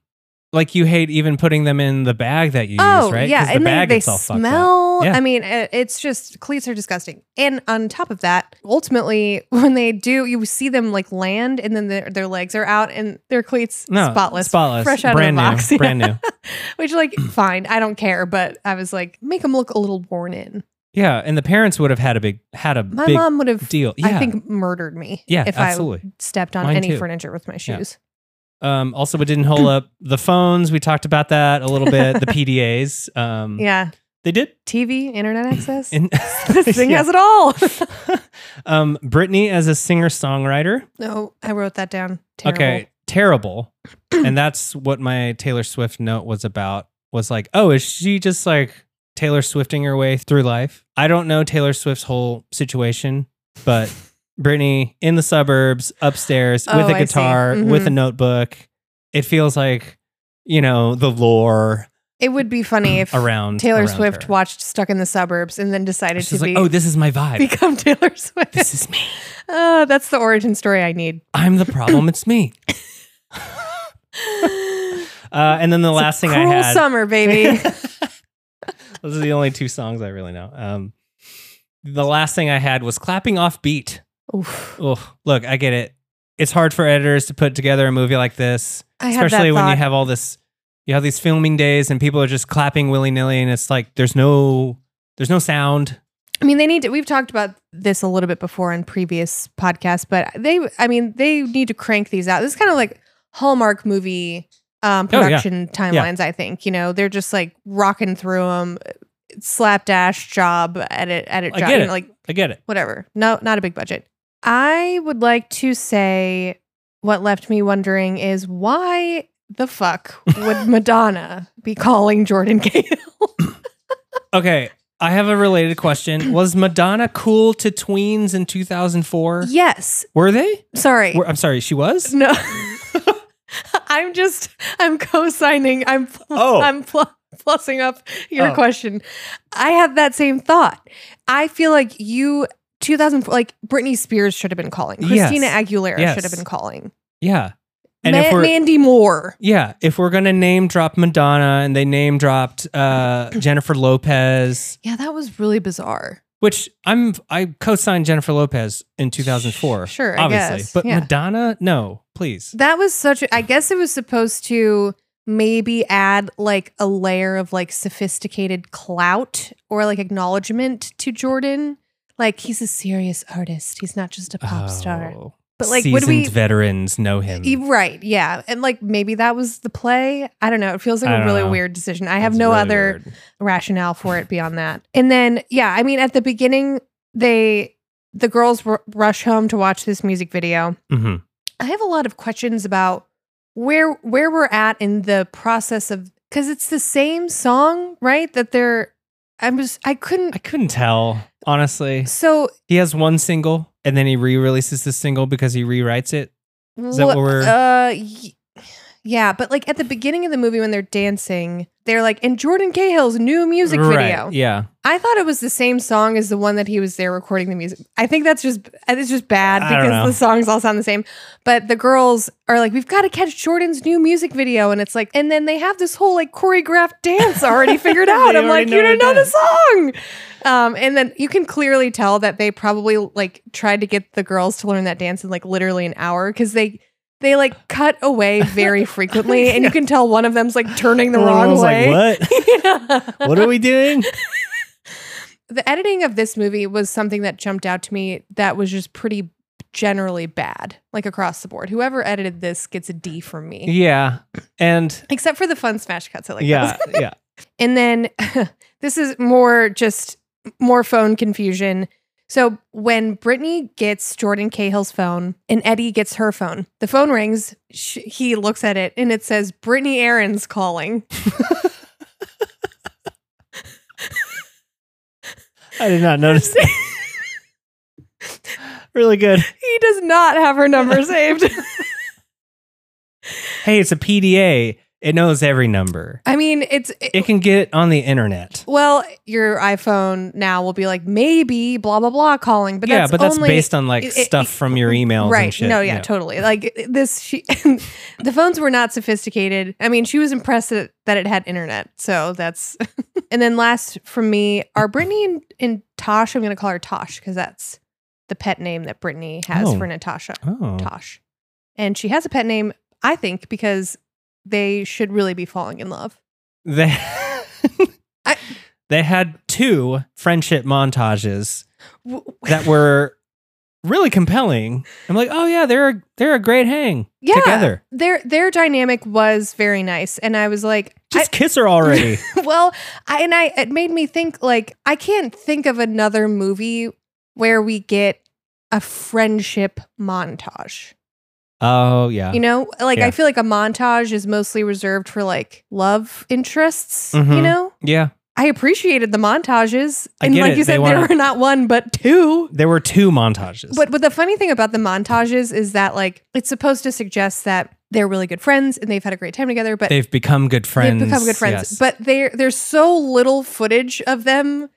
like you hate even putting them in the bag that you Oh use, right? yeah, 'Cause the and then bag they gets all fucked up. smell. Yeah. I mean, i- it's just cleats are disgusting. And on top of that, ultimately, when they do, you see them like land, and then their, their legs are out, and their cleats No, spotless, spotless, fresh out brand of the new, box, Yeah. brand new. Which, like, fine, I don't care, but I was like, make them look a little worn in. Yeah, and the parents would have had a big had a My big mom would have, deal. Yeah. I think, murdered me yeah, if absolutely. I stepped on Mine any too. furniture with my shoes. um also it didn't hold up the phones. We talked about that a little bit, the PDAs. Um Yeah, they did TV, internet access. in this thing Yeah. has it all. um Brittany as a singer-songwriter. No, I wrote that down. Terrible. Okay, terrible. and that's what my Taylor Swift note was about. Was like, oh, is she just like Taylor Swifting her way through life? I don't know Taylor Swift's whole situation, but Brittany in the suburbs, upstairs Oh, with a I see. guitar, with a Mhm. notebook. It feels like, you know, the lore It would be funny if around Taylor Mm, around Swift her. watched Stuck in the Suburbs and then decided She's to like, be, oh, this is my vibe. become Taylor Swift. this is me. oh, that's the origin story I need. I'm the problem. It's me. Uh, and then the last thing I Cruel had. summer, baby. Those are the only two songs I really know. Um, the last thing I had was clapping off beat. Oof. Oh, look, I get it. It's hard for editors to put together a movie like this, I had especially that when you thought. have all this, you have these filming days and people are just clapping willy nilly, and it's like there's no, there's no sound. I mean, they need to. We've talked about this a little bit before in previous podcasts, but they, I mean, they need to crank these out. This is kind of like Hallmark movie um, Oh, yeah. production timelines. I think you know they're just like rocking through them, slapdash job edit edit I job, get you know, it. like I get it. whatever. No, not a big budget. I would like to say what left me wondering is why the fuck would Madonna be calling Jordan Cahill? Okay, I have a related question. Was Madonna cool to tweens in 2004? yes, Were they? sorry. Were, I'm sorry, she was. No. I'm just I'm co-signing. I'm pl- Oh. I'm pl- plussing up your Oh. question. I have that same thought. I feel like you 2004 like Britney Spears should have been calling. Yes. Christina Aguilera Yes. should have been calling. Yeah. Ma- Mandy Moore. Yeah, if we're gonna name drop Madonna and they name dropped uh, Jennifer Lopez, Yeah, that was really bizarre. which I'm I co-signed Jennifer Lopez in 2004. Sure, I obviously, guess, but yeah. Madonna, no, please. That was such a I guess it was supposed to maybe add like a layer of like sophisticated clout or like acknowledgement to Jordan. Like he's a serious artist. He's not just a pop star. Oh, But, like, would seasoned we- veterans know him. E- Right. Yeah. And like maybe that was the play. I don't know. It feels I like a don't really know. weird decision. I have That's no really other weird. rationale for it beyond that. And then, yeah, I mean, at the beginning, they, the girls r- rush home to watch this music video. Mhm. I have a lot of questions about where where we're at in the process of because it's the same song, right? That they're I'm just I couldn't. I couldn't tell, honestly. so He has one single and then he re releases the single because he rewrites it. that wha- what we're- Uh, y- yeah, but like at the beginning of the movie when they're dancing, they're like, "And Jordan Cahill's new music video." Right, Yeah. I thought it was the same song as the one that he was there recording the music. I think that's just it's just bad I don't know. because the songs all sound the same. But the girls are like, "We've got to catch Jordan's new music video," and it's like, and then they have this whole like choreographed dance already figured out. They I'm like, already you know don't the know the song. Um, and then you can clearly tell that they probably like tried to get the girls to learn that dance in like literally an hour because they. They like cut away very frequently, and you can tell one of them's like turning the Oh, I wrong was way. like, what? Yeah. what are we doing? the editing of this movie was something that jumped out to me that was just pretty generally bad like across the board whoever edited this gets a d from me Yeah. And except for the fun smash cuts i like yeah, those. yeah. and then this is more just more phone confusion so when brittany gets jordan cahill's phone and eddie gets her phone the phone rings sh- he looks at it and it says brittany aaron's calling I did not notice that. really good. he does not have her number saved Hey, it's a PDA. It knows every number. i mean it's It can get it on the internet. Well, your iPhone now will be like maybe blah blah blah calling, but yeah, that's but that's only, based on like it- it- stuff from your emails right. and shit. No, yeah, totally. Like this, she the phones were not sophisticated. I mean, she was impressed that, that it had internet, so that's. and then last from me are Brittany and, and Tosh. I'm going to call her Tosh because that's the pet name that Brittany has Oh. for Natasha. Oh. Tosh, and she has a pet name, I think, because they should really be falling in love. They I- They had two friendship montages W- that were really compelling. I'm like, "Oh yeah, they're a, they're a great hang Yeah. together. Their their dynamic was very nice, and I was like, I- Just kiss her already." well, I, and I it made me think like I can't think of another movie where we get a friendship montage. oh yeah. You know, like Yeah. I feel like a montage is mostly reserved for like love interests. Mhm. You know, yeah. I appreciated the montages, I and get like it. you They said, wanna- there were not one but two. There were two montages. But but the funny thing about the montages is that like it's supposed to suggest that they're really good friends and they've had a great time together, but they've become good friends. They've become good friends, but there there's so little footage of them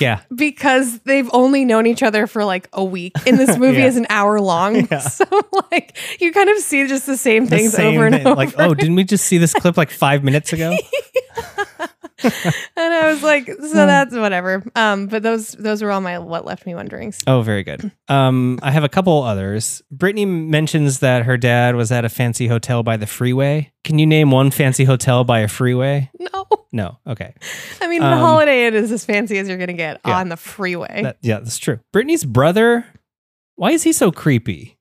yeah. because they've only known each other for like a week. And this movie Yeah. is an hour long, Yeah. so like you kind of see just the same the things same over and thing. over. Like, oh, didn't we just see this clip like five minutes ago? and I was like, Hmm. so that's whatever. Um, but those those were all my what left me wonderings. Oh, very good. Um, I have a couple others. Brittany mentions that her dad was at a fancy hotel by the freeway. Can you name one fancy hotel by a freeway? No, No. Okay. I mean the Um, Holiday Inn is as fancy as you're gonna get Yeah. on the freeway. That, yeah, that's true. Brittany's brother, why is he so creepy?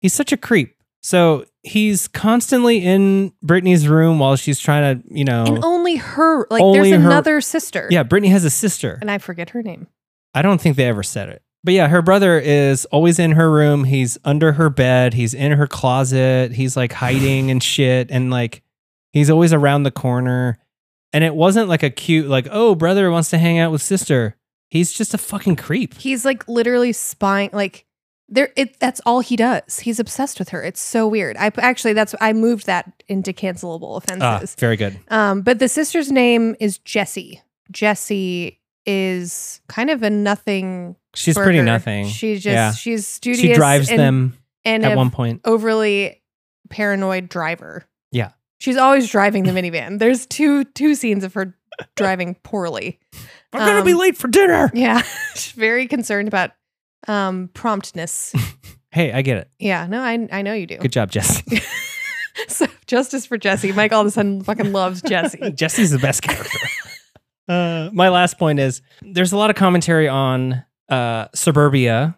He's such a creep. So he's constantly in Brittany's room while she's trying to, you know. and only her, like Only there's her- another sister. Yeah, Brittany has a sister. and I forget her name. I don't think they ever said it. But yeah, her brother is always in her room. He's under her bed. He's in her closet. He's like hiding and shit. And like he's always around the corner. And it wasn't like a cute, like, oh, brother wants to hang out with sister. He's just a fucking creep. He's like literally spying. Like there, it. That's all he does. He's obsessed with her. It's so weird. I actually that's I moved that into cancelable Ah, offenses. very good. Um, but the sister's name is Jessie. Jessie is kind of a nothing. She's pretty burger. nothing. She's just Yeah. she's studious. she drives and, them and at a one point. overly paranoid driver. Yeah. She's always driving the minivan. There's two two scenes of her driving poorly. I'm gonna be um, late for dinner. Yeah. She's very concerned about um promptness. Hey, I get it. Yeah, no, I I know you do. Good job, Jess. So justice for Jesse. Mike all of a sudden fucking loves Jesse. Jesse's the best character. uh, my last point is there's a lot of commentary on uh, suburbia,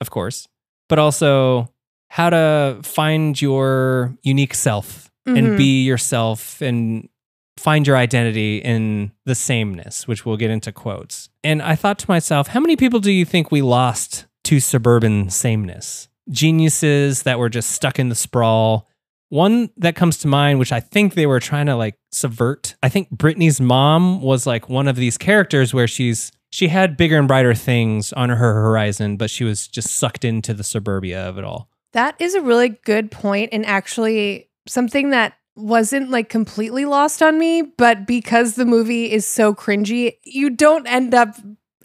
of course, but also how to find your unique self and Mhm. be yourself and find your identity in the sameness, which we'll get into quotes. And I thought to myself, how many people do you think we lost to suburban sameness? Geniuses that were just stuck in the sprawl, One that comes to mind, which I think they were trying to like subvert. I think Brittany's mom was like one of these characters where she's she had bigger and brighter things on her horizon, but she was just sucked into the suburbia of it all. That is a really good point and actually something that wasn't like completely lost on me, but because the movie is so cringy, you don't end up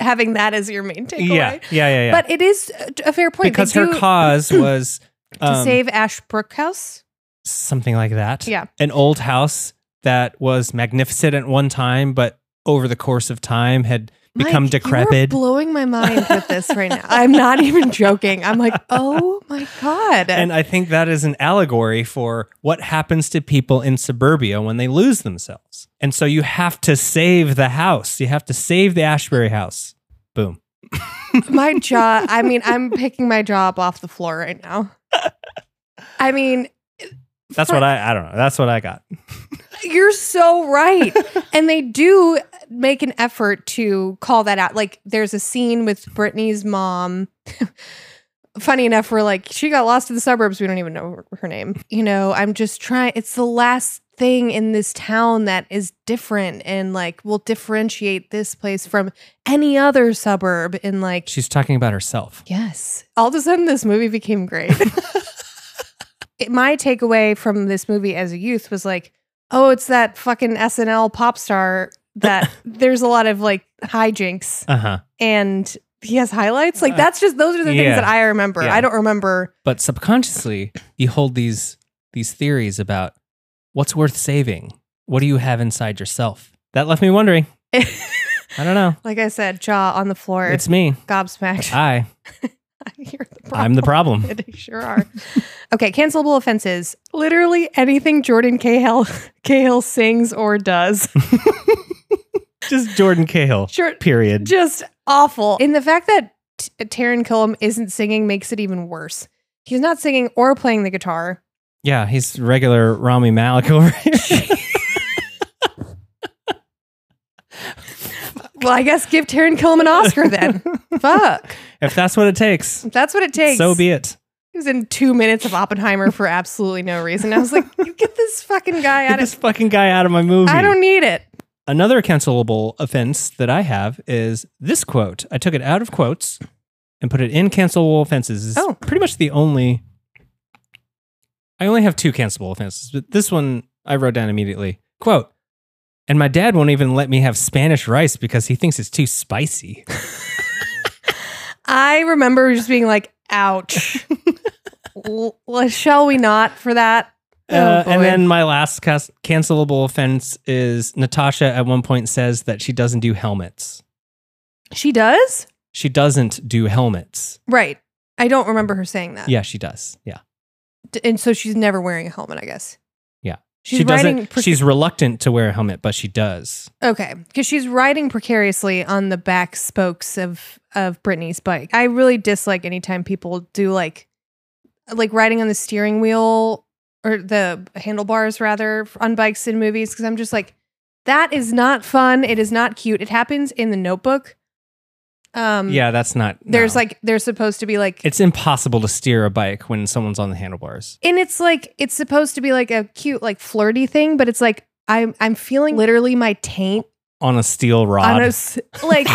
having that as your main takeaway. Yeah, yeah, yeah, yeah. But it is a fair point. They because her do- cause was to um, save Ash Brookhouse. something like that. Yeah. An old house that was magnificent at one time, but over the course of time had become Mike, you are decrepit. blowing my mind with this right now. I'm not even joking. I'm like, oh my god. and I think that is an allegory for what happens to people in suburbia when they lose themselves. And so you have to save the house. You have to save the Ashbury house. Boom. my jaw i mean i'm picking my jaw up off the floor right now i mean That's what I I don't know. That's what I got. you're so right and they do make an effort to call that out like there's a scene with brittany's mom funny enough we're like she got lost in the suburbs we don't even know her- her name you know i'm just trying it's the last thing in this town that is different and like will differentiate this place from any other suburb and like She's talking about herself. Yes. All of a sudden, this movie became great. It- my takeaway from this movie as a youth was like, oh, it's that fucking SNL pop star that there's a lot of like hijinks Uh-huh. and he has highlights. Like, that's just, those are the Uh, Yeah. things that I remember. Yeah. I don't remember. But subconsciously, you hold these these theories about what's worth saving. What do you have inside yourself? That left me wondering. I don't know. like I said, jaw on the floor, It's me. gobsmacked. I. You're the problem. I'm the problem. They sure are. okay, cancelable offenses. Literally anything Jordan Cahill, Cahill sings or does. Just Jordan Cahill. Sure, Period. just awful. And the fact that T- Taron Killam isn't singing makes it even worse. He's not singing or playing the guitar. Yeah, he's regular Rami Malik over here. Well, I guess give Taron Killam an Oscar then. Fuck. if that's what it takes, If that's what it takes. so be it. He was in two minutes of Oppenheimer for absolutely no reason. I was like, you get this fucking guy Get out of this fucking guy out of my movie. I don't need it. Another cancelable offense that I have is this quote. I took it out of quotes and put it in cancelable offenses. It's Oh. pretty much the only. I only have two cancelable offenses, but this one I wrote down immediately. Quote, and my dad won't even let me have Spanish rice because he thinks it's too spicy. I remember just being like, ouch. L- shall we not for that? Uh, Oh, and boy. then my last cas- cancelable offense is Natasha at one point says that she doesn't do helmets. she does? She doesn't do helmets. Right. I don't remember her saying that. Yeah, she does. Yeah. D- and so she's never wearing a helmet, I guess. Yeah. she's she riding. doesn't Pre- she's reluctant to wear a helmet, but she does. okay, because she's riding precariously on the back spokes of of Brittany's bike. I really dislike anytime people do like like riding on the steering wheel or the handlebars rather f- on bikes in movies because I'm just like that is not fun. It is not cute. It happens in the Notebook. Um, yeah, that's not There's no. like there's supposed to be like it's impossible to steer a bike when someone's on the handlebars. and it's like it's supposed to be like a cute like flirty thing but it's like i'm i'm feeling literally my taint On a steel on rod. a s- like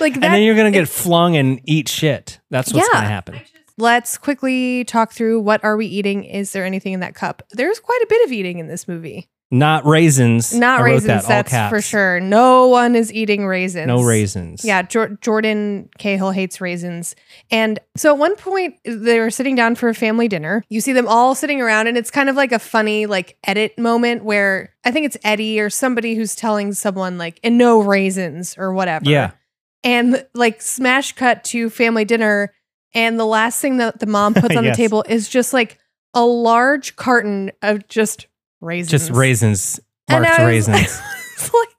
like that and then you're gonna get flung and eat shit. That's what's Yeah. gonna happen. let's quickly talk through what are we eating is there anything in that cup there's quite a bit of eating in this movie Not raisins. not I wrote raisins that, all that's caps. for sure no one is eating raisins No raisins. Yeah, Jor- Jordan Cahill hates raisins. And so at one point, they were sitting down for a family dinner. You see them all sitting around, and it's kind of like a funny, like, edit moment where I think it's Eddie or somebody who's telling someone, like, and no raisins or whatever. Yeah. And, like, smash cut to family dinner. And the last thing that the mom puts on Yes. the table is just like a large carton of just raisins. Just raisins. And Marked I was- raisins. it's like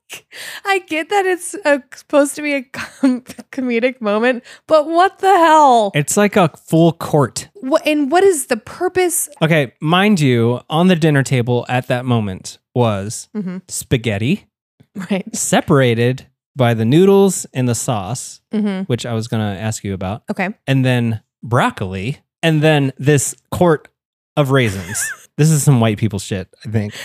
I get that it's a, supposed to be a com- comedic moment, but what the hell? It's like a full court. What, and what is the purpose? Okay, mind you, on the dinner table at that moment was Mhm. spaghetti Right. separated by the noodles and the sauce, Mm-hmm. which I was going to ask you about, Okay. and then broccoli, and then this quart of raisins. this is some white people shit, I think.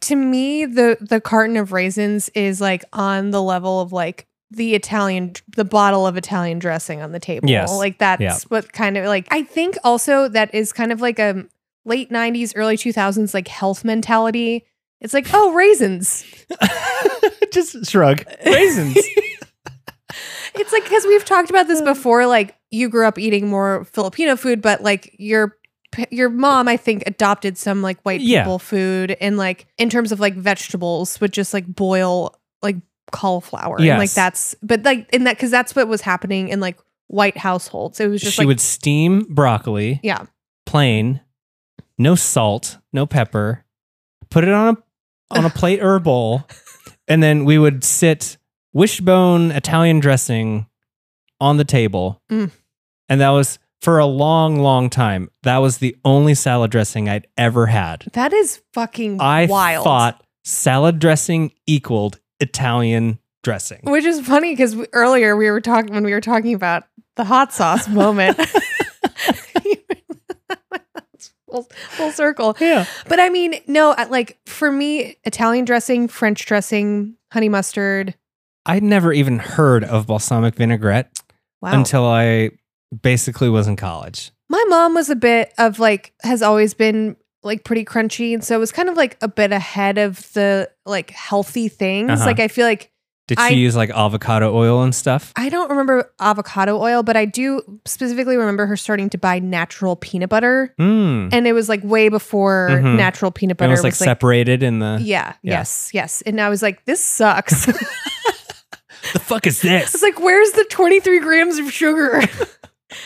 to me the the carton of raisins is like on the level of like the Italian the bottle of Italian dressing on the table. Yes. Like that's Yeah. what kind of like I think also that is kind of like a late 90s early 2000s like health mentality. It's like, "Oh, raisins." Just shrug. Raisins. It's like cuz we've talked about this before like you grew up eating more Filipino food but like your p- your mom I think adopted some like white Yeah. people food and like in terms of like vegetables would just like boil like cauliflower and like Yes. that's but like in that cuz that's what was happening in like white households. It was just she like would steam broccoli. Yeah. Plain, no salt, no pepper. Put it on a on a plate or a bowl, and then we would sit wishbone Italian dressing on the table, Mm. and that was for a long, long time. That was the only salad dressing I'd ever had. that is fucking I wild. thought salad dressing equaled Italian dressing. Which is funny because earlier we were talking when we were talking about the hot sauce moment. full, full circle. Yeah. But I mean, no, I- like for me, Italian dressing, French dressing, honey mustard. I'd never even heard of balsamic vinaigrette Wow. until I basically was in college. My mom was a bit of like has always been like pretty crunchy, and so it was kind of like a bit ahead of the like healthy things. Uh-huh. Like I feel like Did she I- use like avocado oil and stuff? I don't remember avocado oil, but I do specifically remember her starting to buy natural peanut butter Mm. and it was like way before Mhm. natural peanut It butter was like separated in the. yeah, Yeah. yes, yes. And I was like, this sucks. I The fuck is this? was like, where's the 23 grams of sugar?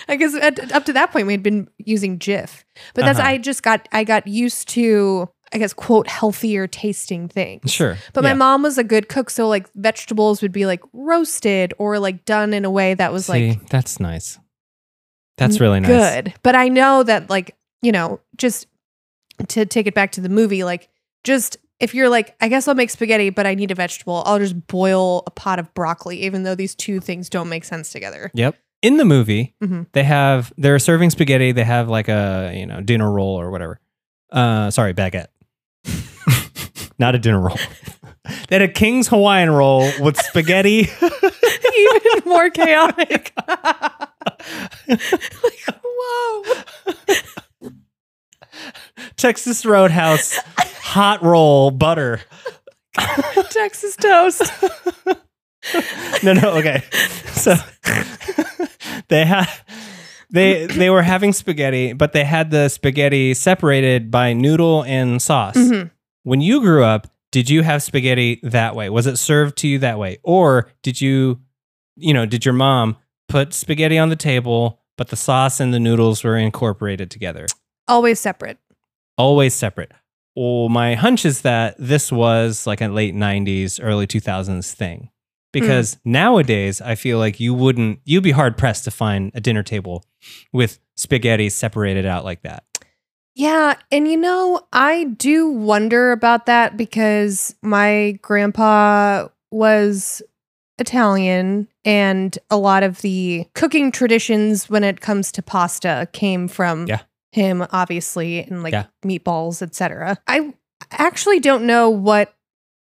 I guess at, up to that point, we had been using Jif. But that's, Uh-huh. I just got, I got used to, I guess, quote, healthier tasting things. Sure. But Yeah. my mom was a good cook. So like vegetables would be like roasted or like done in a way that was See, like that's nice. That's really nice. good. But I know that like, you know, just to take it back to the movie, like just if you're like, I guess I'll make spaghetti, but I need a vegetable, I'll just boil a pot of broccoli, even though these two things don't make sense together. Yep. In the movie, Mhm. they have they're serving spaghetti. They have like a you know dinner roll or whatever. Uh, sorry, baguette. Not a dinner roll. they had a King's Hawaiian roll with spaghetti. even more chaotic. like, whoa. Texas Roadhouse hot roll butter. Texas toast. No, no, okay. So they had they they were having spaghetti, but they had the spaghetti separated by noodle and sauce. Mhm. When you grew up, did you have spaghetti that way? Was it served to you that way? Or did you you know, did your mom put spaghetti on the table, but the sauce and the noodles were incorporated together? Always separate. always separate. Well, my hunch is that this was like a late 90s, early 2000s thing. Because Mm. nowadays, I feel like you wouldn't, you'd be hard pressed to find a dinner table with spaghetti separated out like that. Yeah. And you know, I do wonder about that because my grandpa was Italian and a lot of the cooking traditions when it comes to pasta came from Yeah. him, obviously, and like Yeah. meatballs, etc. I actually don't know what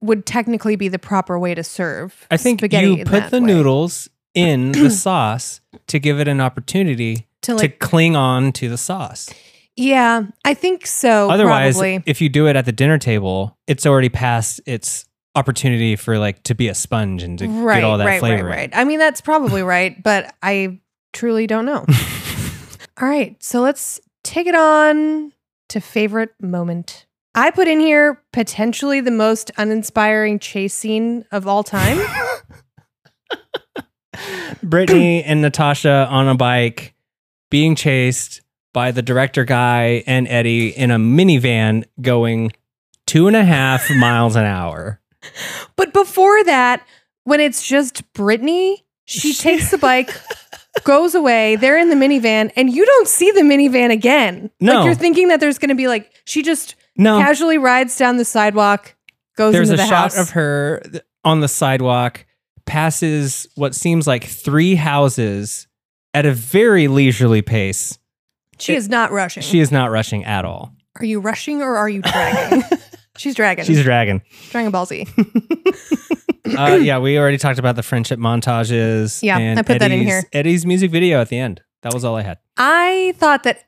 would technically be the proper way to serve. I think spaghetti you in put that the way. noodles in the sauce to give it an opportunity to like, to cling on to the sauce. yeah, I think so. Otherwise, Oh, probably. if you do it at the dinner table, it's already past its opportunity for like to be a sponge and to get all that right, flavor. in. Right, right. I mean, that's probably right, but I truly don't know. all right, so let's take it on to favorite moment. I put in here potentially the most uninspiring chase scene of all time. Brittany and Natasha on a bike being chased by the director guy and Eddie in a minivan going two and a half miles an hour. but before that, when it's just Brittany, she takes the bike, goes away, they're in the minivan, and you don't see the minivan again. No. Like you're thinking that there's gonna be like she just No, casually rides down the sidewalk, goes Oh. there's into a the shot house. of her th- on the sidewalk, passes what seems like three houses at a very leisurely pace, She is not rushing. She is not rushing at all. are you rushing or are you dragging? She's dragging. She's a dragon. Dragon Ball Z. Uh, yeah, we already talked about the friendship montages. Yeah, and I put that in Eddie's- here. Eddie's music video at the end. That was all I had. I thought that,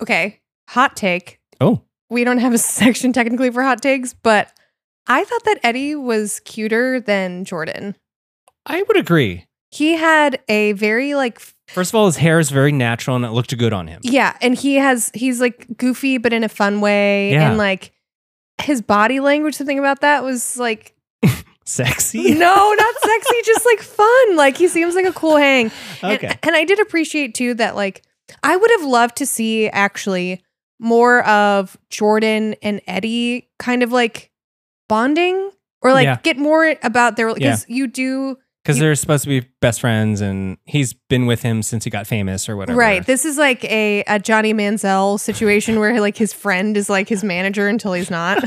okay, hot take. Oh, we don't have a section technically for hot takes, but I thought that Eddie was cuter than Jordan. I would agree. He had a very like f- First of all, his hair is very natural and it looked good on him. yeah, and he has he's like goofy but in a fun way Yeah. and like his body language something about that was like Sexy. no, not sexy, just like fun. Like he seems like a cool hang. And- Okay. And, I did appreciate too that like I would have loved to see actually more of Jordan and Eddie kind of like bonding or like Yeah. get more about their because you do Because they're supposed to be best friends and he's been with him since he got famous or whatever. right. This is like a, a Johnny Manziel situation where like his friend is like his manager until he's not.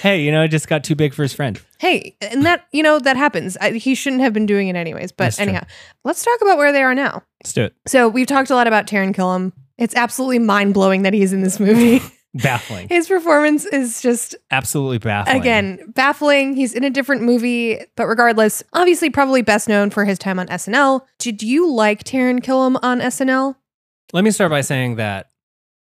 hey, you know, it just got too big for his friend. hey, and that you know that happens. I, he shouldn't have been doing it anyways. But That's true. anyhow, let's talk about where they are now. Let's do it. So we've talked a lot about Taron Killam. It's absolutely mind blowing that he's in this movie. Baffling. His performance is just Absolutely baffling. again baffling. He's in a different movie, but regardless, obviously probably best known for his time on SNL. Did you like Taron Killam on SNL? Let me start by saying that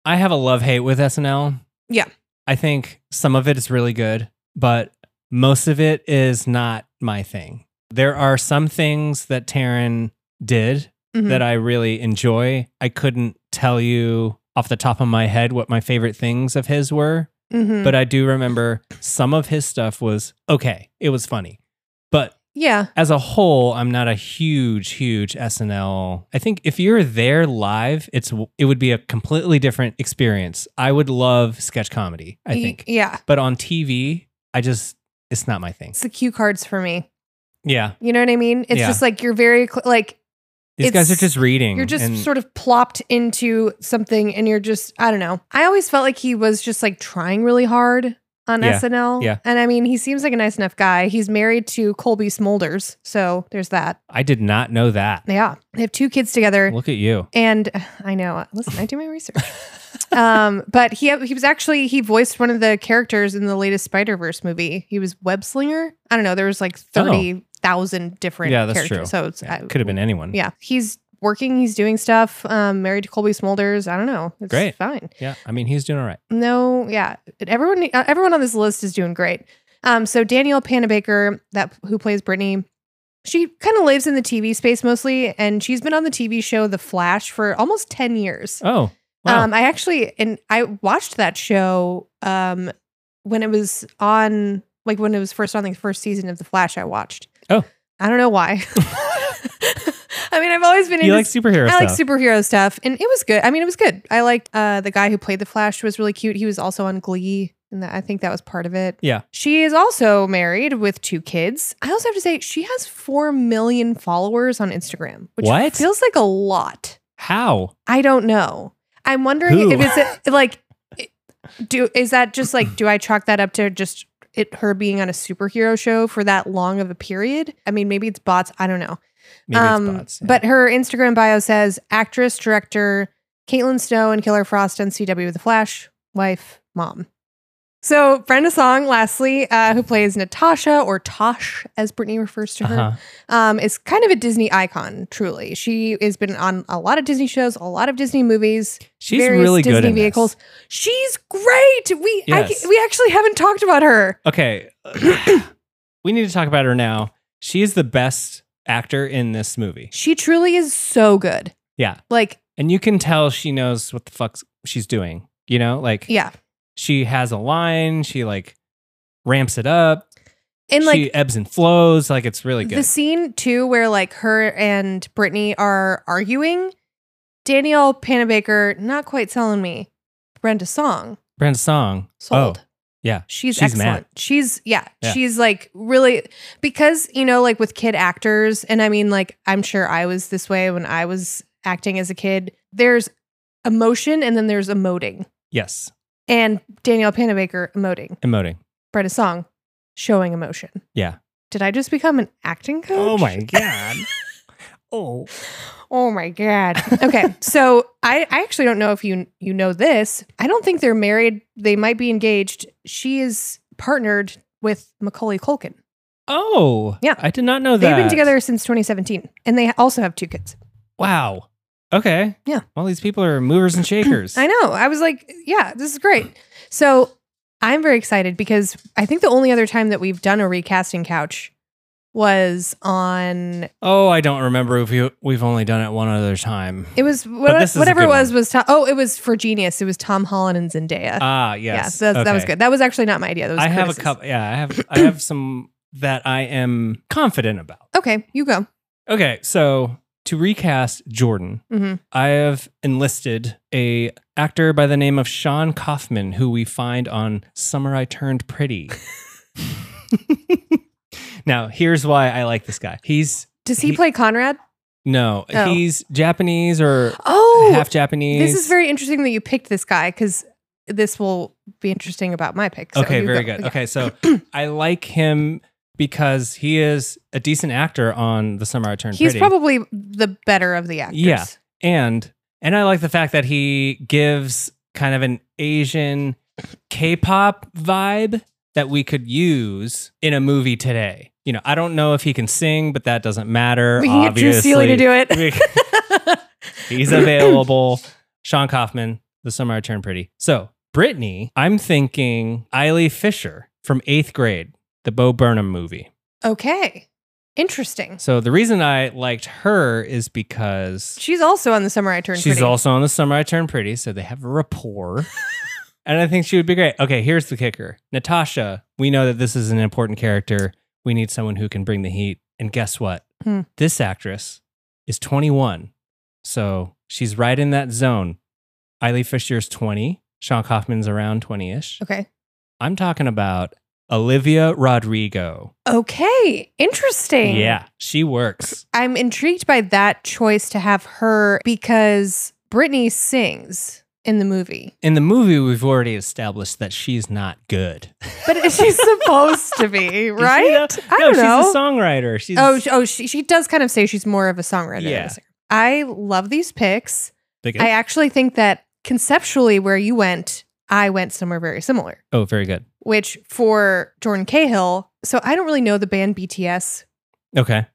I have a love hate with SNL. Yeah. I think some of it is really good, but most of it is not my thing. There are some things that Taryn did Mhm. that I really enjoy. I couldn't tell you off the top of my head what my favorite things of his were, Mhm. but I do remember some of his stuff was okay. It was funny. But yeah, as a whole, I'm not a huge, huge SNL. I think if you're there live, it's it would be a completely different experience. I would love sketch comedy, I Y- think, yeah, but on TV, I just it's not my thing. it's the cue cards for me. Yeah, You know what I mean? It's Yeah. just like you're very cl- like these It's- guys are just reading. You're just and- sort of plopped into something and you're just, I don't know. I always felt like he was just like trying really hard on Yeah, SNL. yeah. And I mean, he seems like a nice enough guy. He's married to Colby Smulders. So there's that. I did not know that. Yeah. They have two kids together. Look at you. And I know, listen, I do my research. um, but he he was actually he voiced one of the characters in the latest Spider Verse movie. He was Web Slinger. I don't know. There was like thirty thousand different Oh. Yeah, that's characters. true. So it's, uh, I- Could have been anyone. yeah, he's working, he's doing stuff. Um, married to Colby Smulders. I don't know. It's Great. fine. Yeah. I mean, he's doing all right. No, yeah, everyone, uh, everyone on this list is doing great. Um, so Danielle Panabaker, that who plays Brittany, she kind of lives in the TV space mostly, and she's been on the TV show The Flash for almost ten years. Oh, wow. Um, I actually and I watched that show um when it was on, like when it was first on, like the first season of The Flash. I watched. Oh. I don't know why. I mean, I've always been you into like superhero I stuff. like superhero stuff, and it was good. I mean, it was good. I liked uh, the guy who played the Flash was really cute. He was also on Glee, and that, I think that was part of it. Yeah. she is also married with two kids. I also have to say she has four million followers on Instagram, which What? feels like a lot. How? I don't know. I'm wondering Who? if it's a, like, it- do is that just like do I chalk that up to just it her being on a superhero show for that long of a period? I mean, maybe it's bots. I don't know. Maybe Um, it's bots. yeah. But her Instagram bio says actress, director, Caitlin Snow and Killer Frost on CW The Flash, wife, mom. So Brenda Song, lastly, uh, who plays Natasha or Tosh, as Brittany refers to her, Uh-huh. um, is kind of a Disney icon, truly. She has been on a lot of Disney shows, a lot of Disney movies, she's various really Disney good in this. vehicles. She's great. We I Yes. ca- we actually haven't talked about her. Okay. we need to talk about her now. She is the best actor in this movie. She truly is so good. Yeah. Like, And you can tell she knows what the fuck she's doing. You know, like yeah. she has a line, she like ramps it up, And like she ebbs and flows. Like it's really good. The scene too, where like her and Brittany are arguing, Danielle Panabaker not quite selling me. Brenda Song Brand's song. sold. Oh, yeah. She's, She's excellent. mad. She's yeah, Yeah. She's like really because you know like with kid actors, and I mean like I'm sure I was this way when I was acting as a kid. There's emotion and then there's emoting, yes. and Danielle Panabaker emoting, Emoting. Brenda Song showing emotion. Yeah. Oh Oh Did I just become an acting coach? God. oh. Oh my god. Okay, so I I actually don't know if you you know this. I don't think they're married. They might be engaged. She is partnered with Macaulay Culkin. Oh, Yeah. I did not know that. They've been together since 2017, and they also have two kids. Wow. Okay. Yeah. All these people are movers and shakers. I know. I was like, yeah, this is great. So I'm very excited because I think the only other time that we've done a recasting couch was on oh, I don't remember if we, we've only done it one other time. it was But this is a whatever good it was was Tom, oh it was for Genius. It was Tom Holland and Zendaya. Ah, yeah, yes. so that's- that was Okay. good. That was actually not my idea. That was I have a Curtis's. couple. Yeah, I have. I have some that I am confident about. Okay, you go. Okay, so to recast Jordan, Mhm. I have enlisted a actor by the name of Sean Kaufman, who we find on "Summer I Turned Pretty." now, here's why I like this guy. He's Does he, He- play Conrad? no, Oh. he's Japanese or Oh, half Japanese. this is very interesting that you picked this guy because this will be interesting about my pick. So okay, Oh, you very go. good. Okay, so I like him because he is a decent actor on "The Summer I Turned he's Pretty." probably the better of the actors. Yeah. and and I like the fact that he gives kind of an Asian K-pop vibe that we could use in a movie today. You know, I don't know if he can sing, but that doesn't matter. we can get Drew Seeley to do it. it. He's available. Sean Kaufman, The Summer I Turned Pretty. So Brittany, I'm thinking Eileen Fisher from eighth grade, the Bo Burnham movie. okay, interesting. So the reason I liked her is because She's also on the summer I turned. She's pretty. also on the summer I turned pretty, so they have a rapport. and I think she would be great. Okay, here's the kicker. Natasha, we know that this is an important character. We need someone who can bring the heat. And guess what? Hmm. This actress is 21. So she's right in that zone. Eileen Fisher's 20. Sean Kaufman's around 20 ish. okay. I'm talking about Olivia Rodrigo. Okay, interesting. Yeah, she works. I'm intrigued by that choice to have her because Britney sings in the movie, In the movie, we've already established that she's not good. but she's supposed to be, Is she, right? though? I no, don't know. She's a songwriter. She's Oh, she, oh, she she does kind of say she's more of a songwriter. than Yeah. a singer. I love these picks. They good? I actually think that conceptually, where you went, I went somewhere very similar. oh, very good. Which for Jordan Cahill, so I don't really know the band BTS, Okay.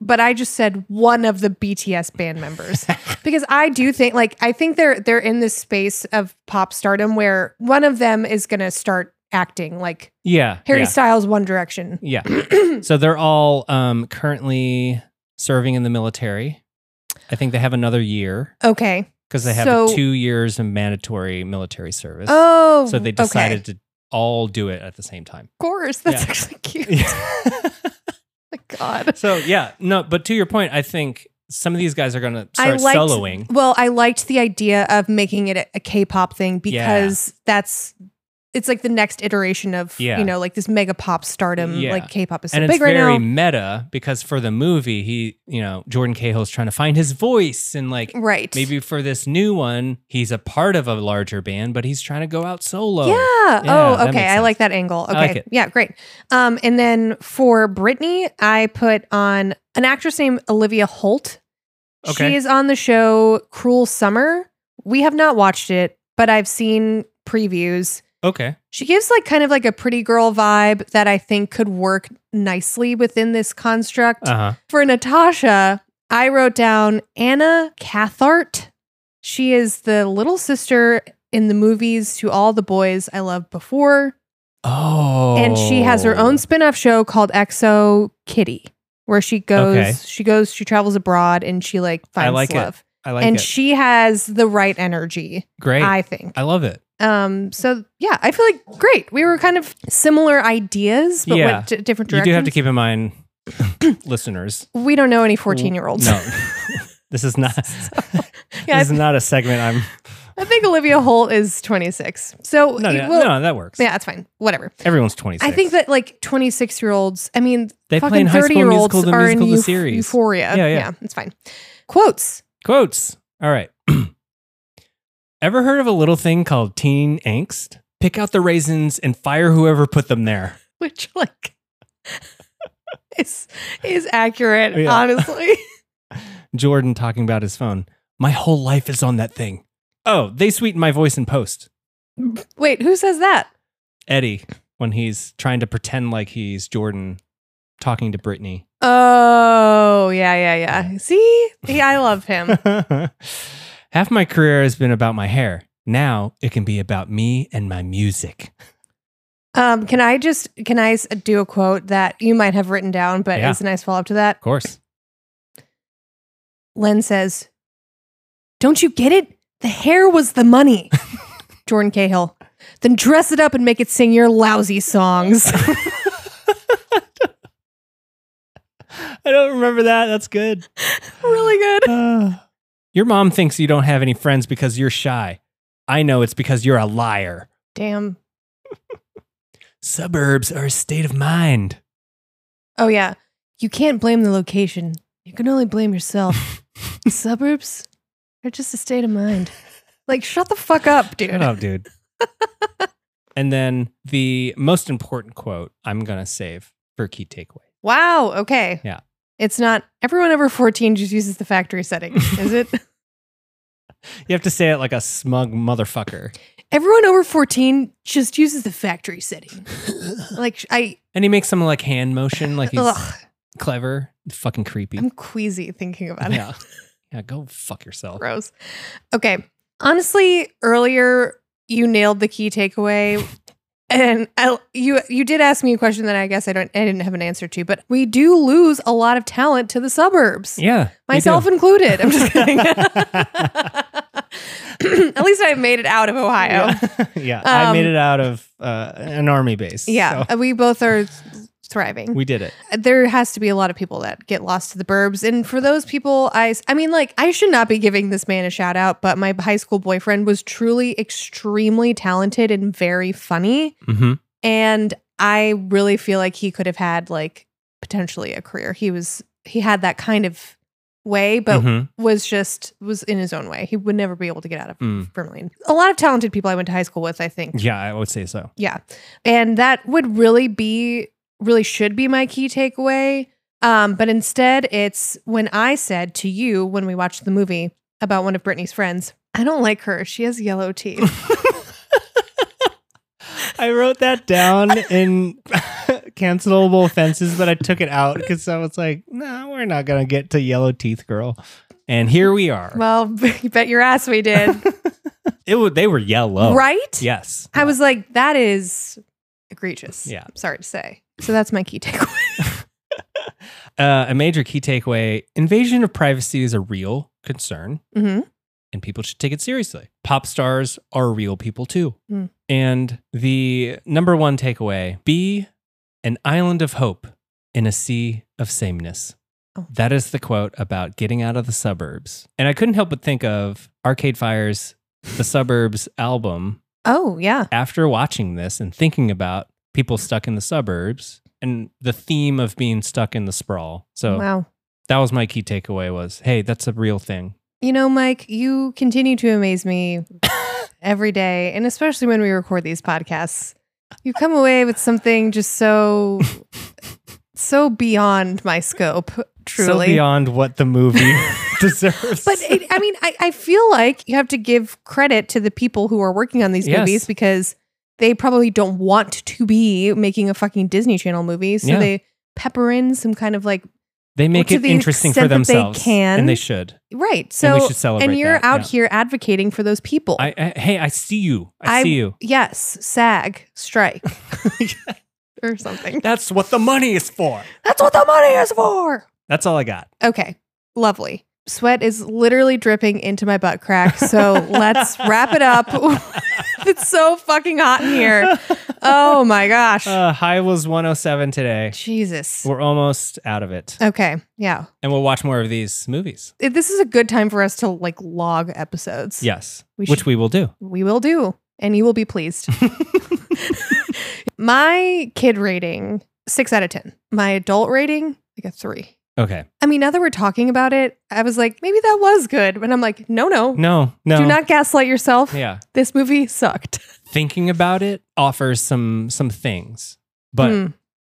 but I just said one of the BTS band members because I do think like I think they're they're in this space of pop stardom where one of them is going to start acting like Yeah. Harry yeah. Styles One Direction. yeah. so they're all um, currently serving in the military. I think they have another year Okay. because they have So- two years of mandatory military service. Oh. so they okay. decided to all do it at the same time. Of course, that's Yeah. actually cute. Oh Yeah. my God. so yeah, no, but to your point, I think some of these guys are going to I start liked- soloing. Well, I liked the idea of making it a, a K-pop thing because that's it's like the next iteration of Yeah. you know like this mega pop stardom. Yeah. Like K-pop is so and it's big right now, very meta because for the movie, he, you know, Jordan Cahill's trying to find his voice and like right? Maybe for this new one, he's a part of a larger band, but he's trying to go out solo. Yeah. Yeah, oh, that okay. makes I like sense. that angle. Okay. I like it. Yeah, great. Um, and then for Brittany, I put on an actress named Olivia Holt. Okay. She is on the show Cruel Summer. We have not watched it, but I've seen previews. Okay. She gives like kind of like a pretty girl vibe that I think could work nicely within this construct. Uh huh. For Natasha, I wrote down Anna Cathart. She is the little sister in the movies to all the boys I loved before. Oh. And she has her own spin-off show called Exo Kitty, where she goes, Okay. she goes, she travels abroad and she like I finds like it. love. I like and it. she has the right energy, Great. I, I think. love it. Um, so yeah, I feel like great. We were kind of similar ideas, but Yeah. went d- different You directions. do have to keep in mind, listeners. we don't know any 14 year olds. No. this is not. Yeah, I this is not a segment. I'm. I think Olivia Holt is 26. So, No, it no, will- no, that works. yeah, that's fine. Whatever. Everyone's 26. I think that like 26 year olds, I mean, They play fucking in High School 30 year olds Musical, the are in musical, the euph- series. euphoria. Yeah, yeah. it's fine. Quotes. Quotes. All right. Ever heard of a little thing called teen angst? Pick out the raisins and fire whoever put them there. which like is is accurate Oh, Yeah. honestly Jordan talking about his phone. My whole life is on that thing. Oh, they sweeten my voice in post. Wait, who says that? Eddie, when he's trying to pretend like he's Jordan talking to Brittany. Oh, yeah, yeah, yeah. See? He, I love him. Half my career has been about my hair. Now it can be about me and my music. Um, can I just can I s- do a quote that you might have written down, but Yeah. it's a nice follow up to that? Of course. Len says, "Don't you get it? The hair was the money." Jordan Cahill, then dress it up and make it sing your lousy songs. I don't remember that. That's good. really good. Your mom thinks you don't have any friends because you're shy. I know it's because you're a liar. Damn. Suburbs are a state of mind. Oh yeah. You can't blame the location. You can only blame yourself. Suburbs are just a state of mind. Like, shut the fuck up, dude. Shut up, dude. and then the most important quote I'm going to save for key takeaway. Wow. Okay. Yeah. It's not everyone over 14 just uses the factory setting, is it? You have to say it like a smug motherfucker. everyone over 14 just uses the factory setting. Like, sh- I, And he makes some like hand motion like he's ugh, clever. Fucking creepy. I'm queasy thinking about it. yeah. Yeah, go fuck yourself. Gross. Okay. Honestly, earlier you nailed the key takeaway. And I, you you did ask me a question that I guess I don't I didn't have an answer to, but we do lose a lot of talent to the suburbs, Yeah. we do. myself included. I'm just kidding. At least I made it out of Ohio. Yeah, Yeah, I made Um, it out of uh, an army base. Yeah, so we both are th- thriving. we did it. there has to be a lot of people that get lost to the burbs, and for those people, I s- I mean, like I should not be giving this man a shout out, but my high school boyfriend was truly extremely talented and very funny, Mm-hmm. and I really feel like he could have had like potentially a career. He was he had that kind of way, but was just was in his own way. He would never be able to get out of Mm. Vermillion. A lot of talented people I went to high school with, I think, Yeah, I would say so. yeah. And that would really be, really should be my key takeaway. Um, but instead, it's when I said to you when we watched the movie about one of Britney's friends, I don't like her. She has yellow teeth. I wrote that down in cancelable offenses, but I took it out because I was like, no, we're not going to get to Yellow Teeth Girl. And here we are. well, you bet your ass we did. it wa- they were yellow. right? Yes. I was like, that is egregious. Yeah. Sorry to say. So that's my key takeaway. Uh, a major key takeaway invasion of privacy is a real concern. hmm and people should take it seriously. Pop stars are real people too. Mm. And the number one takeaway be an island of hope in a sea of sameness. Oh. That is the quote about getting out of the suburbs. And I couldn't help but think of Arcade Fire's The Suburbs album Oh, yeah. after watching this and thinking about people stuck in the suburbs and the theme of being stuck in the sprawl. So Wow. that was my key takeaway was, hey, that's a real thing. You know, Mike, you continue to amaze me every day, and especially when we record these podcasts. You come away with something just so, so beyond my scope, So truly. beyond what the movie deserves. but it, I mean, I, I feel like you have to give credit to the people who are working on these Yes. movies because they probably don't want to be making a fucking Disney Channel movie. So Yeah. they pepper in some kind of like, they make to it the interesting for extent that they themselves. can. And they should. right. So, And we should celebrate and you're that, out yeah. here advocating for those people. I, I hey, I see you. I, I- see you. Yes, SAG strike or something. That's what the money is for. That's what the money is for. That's all I got. Okay, lovely. Sweat is literally dripping into my butt crack. So let's wrap it up. it's so fucking hot in here. Oh my gosh. Uh, high was 107 today. Jesus. We're almost out of it. Okay, yeah. And we'll watch more of these movies. It- This is a good time for us to like log episodes. Yes. We which should- we will do. We will do, and you will be pleased. my kid rating, six out of 10. My adult rating, like a three. Okay. I mean, now that we're talking about it, I was like, maybe that was good. But I'm like, no, no. No, no. Do not gaslight yourself. yeah. This movie sucked. Thinking about it offers some some things, but Hmm.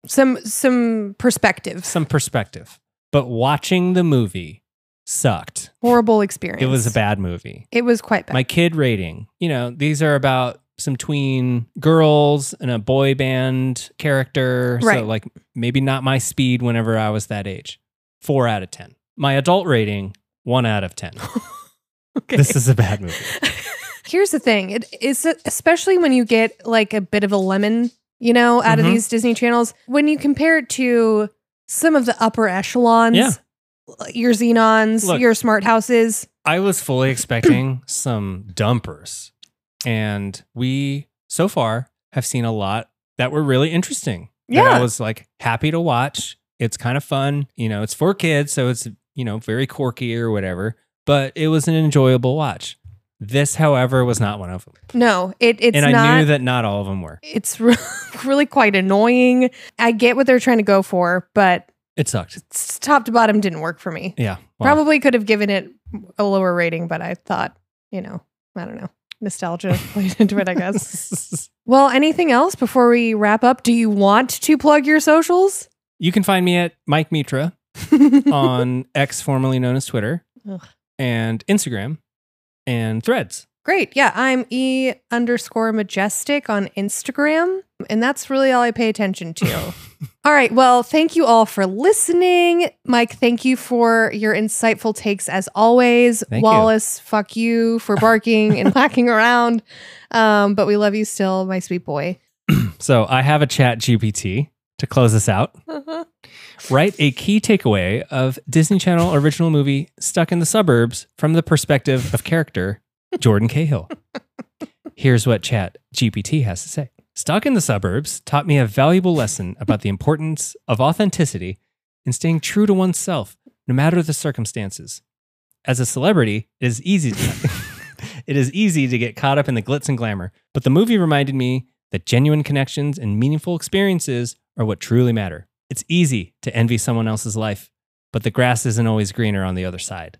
some some perspective. some perspective. But watching the movie sucked. Horrible experience. It was a bad movie. It was quite bad. my kid rating. You know, these are about some tween girls and a boy band character. Right. So like maybe not my speed whenever I was that age. Four out of ten. My adult rating, one out of ten. Okay. This is a bad movie. Here's the thing. It is especially when you get like a bit of a lemon, you know, out of Mhm. these Disney channels. When you compare it to some of the upper echelons, Yeah. your Xenons, Look. your smart houses. I was fully expecting some dumpers. And we so far have seen a lot that were really interesting. that I Yeah. was like happy to watch. It's kind of fun. You know, it's for kids, so it's, you know, very quirky or whatever, but it was an enjoyable watch. This, however, was not one of them. No, it it's and I not knew that not all of them were. it's re- really quite annoying. I get what they're trying to go for, but It sucked. s- top to bottom didn't work for me. Yeah. Wow. Probably could have given it a lower rating, but I thought, you know, I don't know. Nostalgia played into it, I guess. Well, anything else before we wrap up? Do you want to plug your socials? you can find me at Mike Mitra on X, formerly known as Twitter, Ugh. and Instagram and threads. Great. Yeah, I'm E underscore majestic on Instagram. And that's really all I pay attention to. all right. Well, thank you all for listening. Mike, thank you for your insightful takes as always. Thank you. Wallace, fuck you for barking and whacking around. Um, but we love you still, my sweet boy. So I have a chat GPT to close this out. Write a key takeaway of Disney Channel original movie Stuck in the Suburbs from the perspective of character Jordan Cahill. Here's what chat GPT has to say. Stuck in the Suburbs taught me a valuable lesson about the importance of authenticity and staying true to oneself no matter the circumstances. As a celebrity, it is easy to, it is easy to get caught up in the glitz and glamour, but the movie reminded me that genuine connections and meaningful experiences are what truly matter. It's easy to envy someone else's life, but the grass isn't always greener on the other side.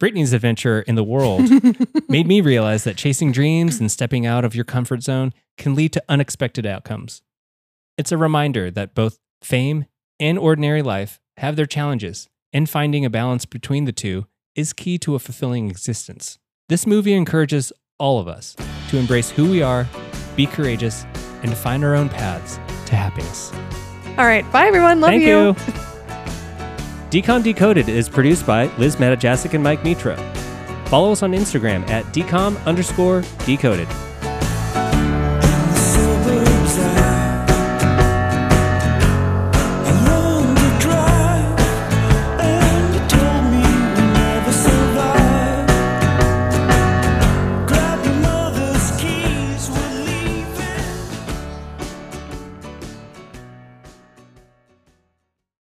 Brittany's adventure in the world made me realize that chasing dreams and stepping out of your comfort zone can lead to unexpected outcomes. It's a reminder that both fame and ordinary life have their challenges, and finding a balance between the two is key to a fulfilling existence. This movie encourages all of us to embrace who we are, be courageous, and to find our own paths to happiness. All right. Bye, everyone. Love Thank you. you. Decom Decoded is produced by Liz Matajasic and Mike Mitra. Follow us on Instagram at decom underscore decoded.